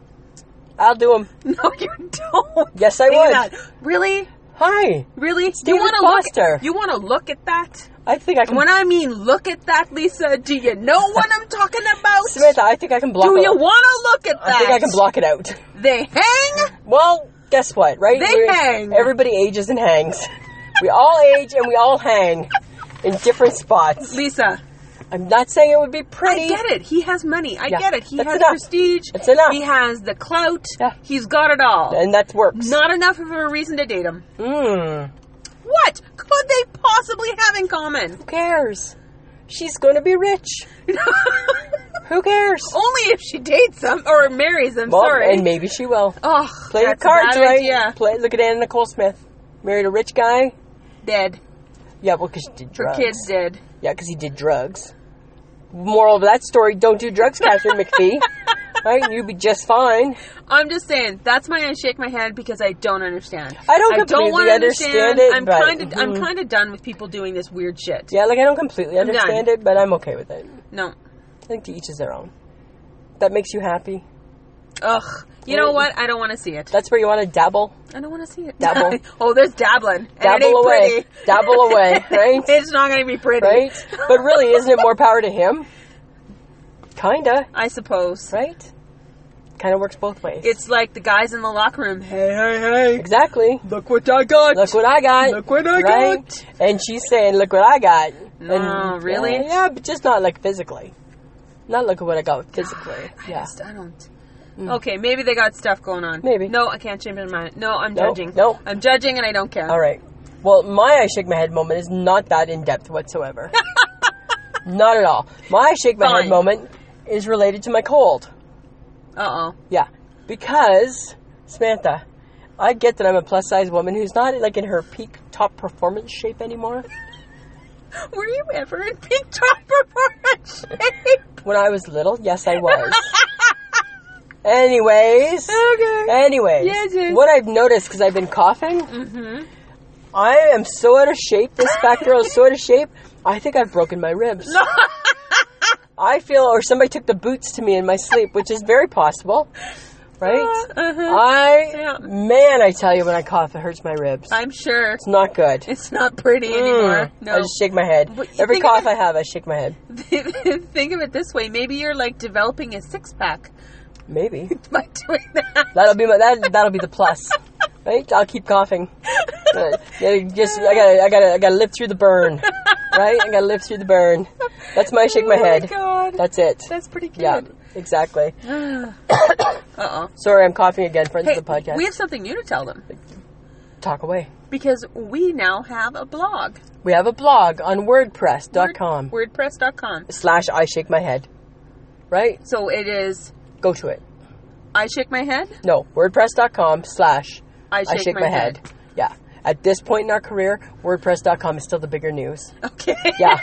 Speaker 3: I'll do him.
Speaker 2: No, you don't.
Speaker 3: Yes, I
Speaker 2: Say
Speaker 3: would.
Speaker 2: that. Really?
Speaker 3: Hi.
Speaker 2: Really?
Speaker 3: David
Speaker 2: you want to
Speaker 3: Foster.
Speaker 2: look? You want to look at that?
Speaker 3: I think I can.
Speaker 2: And when I mean look at that, Lisa, do you know what I'm talking about?
Speaker 3: Samantha, I think I can block.
Speaker 2: do
Speaker 3: it
Speaker 2: you
Speaker 3: out.
Speaker 2: want to look at that?
Speaker 3: I think I can block it out.
Speaker 2: They hang.
Speaker 3: Well, guess what? Right?
Speaker 2: They hang.
Speaker 3: Everybody ages and hangs. we all age and we all hang in different spots.
Speaker 2: Lisa,
Speaker 3: I'm not saying it would be pretty.
Speaker 2: I get it. He has money. I
Speaker 3: Yeah.
Speaker 2: get it. He
Speaker 3: That's
Speaker 2: has
Speaker 3: enough.
Speaker 2: prestige.
Speaker 3: That's enough.
Speaker 2: He has the clout.
Speaker 3: Yeah.
Speaker 2: He's got it all.
Speaker 3: And that works.
Speaker 2: Not enough of a reason to date him.
Speaker 3: Mm.
Speaker 2: What could they possibly have in common?
Speaker 3: Who cares? She's going to be rich. Who cares?
Speaker 2: Only if she dates him or marries him.
Speaker 3: Well,
Speaker 2: Oh, sorry.
Speaker 3: And maybe she will.
Speaker 2: oh,
Speaker 3: Play
Speaker 2: that's
Speaker 3: your cards
Speaker 2: a bad
Speaker 3: right.
Speaker 2: idea.
Speaker 3: Play. Look at Anna Nicole Smith. Married a rich guy.
Speaker 2: Dead.
Speaker 3: Yeah, well, because she did
Speaker 2: Her
Speaker 3: drugs.
Speaker 2: kid's dead.
Speaker 3: Yeah, because he did drugs. Moral of that story: Don't do drugs, Catherine McPhee. Right, you'd be just fine.
Speaker 2: I'm just saying. That's why I shake my head because I don't understand.
Speaker 3: I don't completely
Speaker 2: wanna
Speaker 3: understand it,
Speaker 2: I'm
Speaker 3: but-
Speaker 2: kind of. I'm kind of done with people doing this weird shit.
Speaker 3: Yeah, like I don't completely
Speaker 2: done.
Speaker 3: understand it, but I'm okay with it.
Speaker 2: No.
Speaker 3: I think to each is their own. That makes you happy.
Speaker 2: Ugh. You know what? I don't want to see it.
Speaker 3: That's where you want to dabble,
Speaker 2: I don't want to see it.
Speaker 3: Dabble.
Speaker 2: oh, there's dabbling. And it
Speaker 3: dabble
Speaker 2: ain't
Speaker 3: away,
Speaker 2: pretty.
Speaker 3: dabble away. Right,
Speaker 2: It's not going to be pretty.
Speaker 3: right. But really, isn't it more power to him? Kinda,
Speaker 2: I suppose.
Speaker 3: right? Kind of works both ways.
Speaker 2: It's like the guys in the locker room. Hey, hey, hey.
Speaker 3: exactly.
Speaker 2: Look what I got.
Speaker 3: Look what I got.
Speaker 2: Look what I
Speaker 3: right?
Speaker 2: got.
Speaker 3: And she's saying, "Look what I got."
Speaker 2: Oh No,
Speaker 3: and,
Speaker 2: really?
Speaker 3: Yeah, yeah, but just not like physically. Not look at what I got physically.
Speaker 2: I
Speaker 3: yeah. Mm.
Speaker 2: just- I don't. Okay, maybe they got stuff going on.
Speaker 3: Maybe.
Speaker 2: No, I can't change my mind. No, I'm
Speaker 3: Nope,
Speaker 2: judging.
Speaker 3: nope.
Speaker 2: I'm judging and I don't care.
Speaker 3: All right. Well, my I shake my head moment is not that in depth whatsoever. not at all. My I shake my
Speaker 2: Fine.
Speaker 3: head moment is related to my cold.
Speaker 2: Uh oh.
Speaker 3: Yeah, because Samantha, I get that I'm a plus size woman who's not like in her peak top performance shape anymore.
Speaker 2: Were you ever in pink top performance shape?
Speaker 3: When I was little, yes, I was. Anyways.
Speaker 2: okay.
Speaker 3: Anyways,
Speaker 2: Yes, yes.
Speaker 3: what I've noticed because I've been coughing,
Speaker 2: Mm-hmm.
Speaker 3: I am so out of shape. This fat girl is so out of shape. I think I've broken my ribs. I feel, or somebody took the boots to me in my sleep, which is very possible, right?
Speaker 2: Uh-huh.
Speaker 3: I,
Speaker 2: Yeah.
Speaker 3: man, I tell you, when I cough, it hurts my ribs.
Speaker 2: I'm sure
Speaker 3: It's not good.
Speaker 2: it's not pretty anymore.
Speaker 3: Mm.
Speaker 2: No.
Speaker 3: I just shake my head.
Speaker 2: But you
Speaker 3: Every
Speaker 2: think of
Speaker 3: cough
Speaker 2: it-
Speaker 3: I have, I shake my head.
Speaker 2: Think of it this way: maybe you're like developing a six pack
Speaker 3: Maybe
Speaker 2: by doing that.
Speaker 3: that'll be my that that'll be the plus, right? I'll keep coughing. Uh, yeah, just I gotta I gotta I gotta live through the burn, right? I gotta live through the burn. That's my shake my
Speaker 2: oh
Speaker 3: head.
Speaker 2: My God, that's,
Speaker 3: That's it.
Speaker 2: pretty good.
Speaker 3: Yeah, exactly.
Speaker 2: Uh oh.
Speaker 3: Sorry, I'm coughing again, friends
Speaker 2: Hey,
Speaker 3: of the podcast.
Speaker 2: we have something new to tell them
Speaker 3: Talk away.
Speaker 2: because we now have a blog.
Speaker 3: We have a blog on WordPress.com
Speaker 2: Word, WordPress.com.
Speaker 3: slash I shake my head. Right?
Speaker 2: So it is.
Speaker 3: Go to it.
Speaker 2: I shake my head.
Speaker 3: No, WordPress.com slash
Speaker 2: I shake, my, head.
Speaker 3: Yeah. At this point in our career, WordPress.com is still the bigger news.
Speaker 2: Okay.
Speaker 3: Yeah.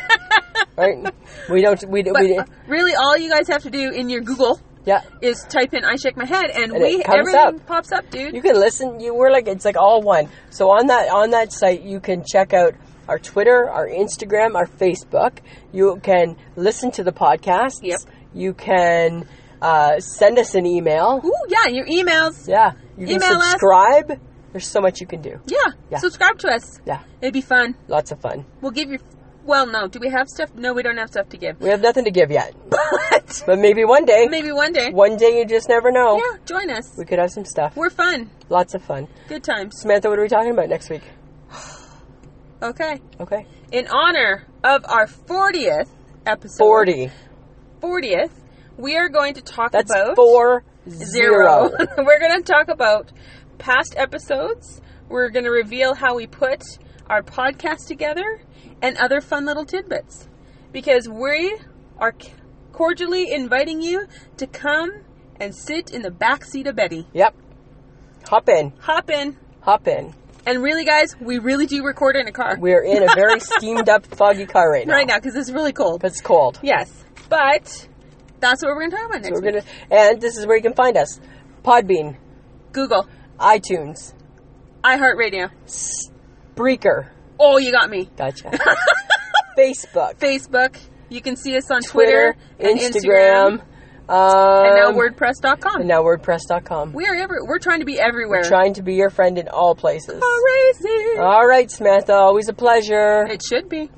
Speaker 3: right? We don't, we,
Speaker 2: But
Speaker 3: we,
Speaker 2: uh, really, all you guys have to do in your Google
Speaker 3: yeah.
Speaker 2: is type in "I shake my head" and,
Speaker 3: And
Speaker 2: we
Speaker 3: it comes
Speaker 2: everything
Speaker 3: up.
Speaker 2: pops up, dude.
Speaker 3: You can listen, you were like, it's like all one. So on that, on that site, you can check out our Twitter, our Instagram, our Facebook. You can listen to the podcast.
Speaker 2: Yep.
Speaker 3: You can, uh, send us an email.
Speaker 2: Ooh, yeah, your emails.
Speaker 3: Yeah. You can
Speaker 2: Email us.
Speaker 3: subscribe. There's so much you can do.
Speaker 2: Yeah.
Speaker 3: Yeah.
Speaker 2: subscribe to us.
Speaker 3: Yeah.
Speaker 2: It'd be fun.
Speaker 3: Lots of fun.
Speaker 2: We'll give you. Well, no, do we have stuff? No, we don't have stuff to give.
Speaker 3: We have nothing to give yet,
Speaker 2: But
Speaker 3: but maybe one day.
Speaker 2: maybe one day.
Speaker 3: One day you just never know.
Speaker 2: Yeah, join us.
Speaker 3: We could have some stuff.
Speaker 2: We're fun.
Speaker 3: Lots of fun.
Speaker 2: Good times.
Speaker 3: Samantha, what are we talking about next week?
Speaker 2: Okay.
Speaker 3: Okay.
Speaker 2: In honor of our 40th episode.
Speaker 3: 40.
Speaker 2: 40th, we are going to talk
Speaker 3: That's
Speaker 2: about
Speaker 3: four
Speaker 2: zero.
Speaker 3: zero.
Speaker 2: We're going to talk about past episodes. We're going to reveal how we put our podcast together and other fun little tidbits. Because we are c- cordially inviting you to come and sit in the back seat of Betty.
Speaker 3: yep. Hop in.
Speaker 2: Hop in.
Speaker 3: Hop in.
Speaker 2: And really, guys, we really do record in a car
Speaker 3: We're in a very steamed up, foggy car right now.
Speaker 2: right now because it's really cold.
Speaker 3: But it's cold.
Speaker 2: Yes, but that's what we're going to talk about next
Speaker 3: So we're
Speaker 2: week.
Speaker 3: gonna, and this is where you can find us Podbean,
Speaker 2: Google,
Speaker 3: iTunes,
Speaker 2: iHeartRadio.
Speaker 3: Breaker.
Speaker 2: Oh, you got me.
Speaker 3: Gotcha. Facebook,
Speaker 2: Facebook. You can see us on Twitter, and
Speaker 3: Instagram,
Speaker 2: Instagram,
Speaker 3: um,
Speaker 2: and now WordPress.com.
Speaker 3: and now WordPress.com.
Speaker 2: we are every, We're trying to be everywhere.
Speaker 3: Trying Uh, to be your friend in all places.
Speaker 2: Crazy.
Speaker 3: All right, Samantha. Always a pleasure.
Speaker 2: it should be.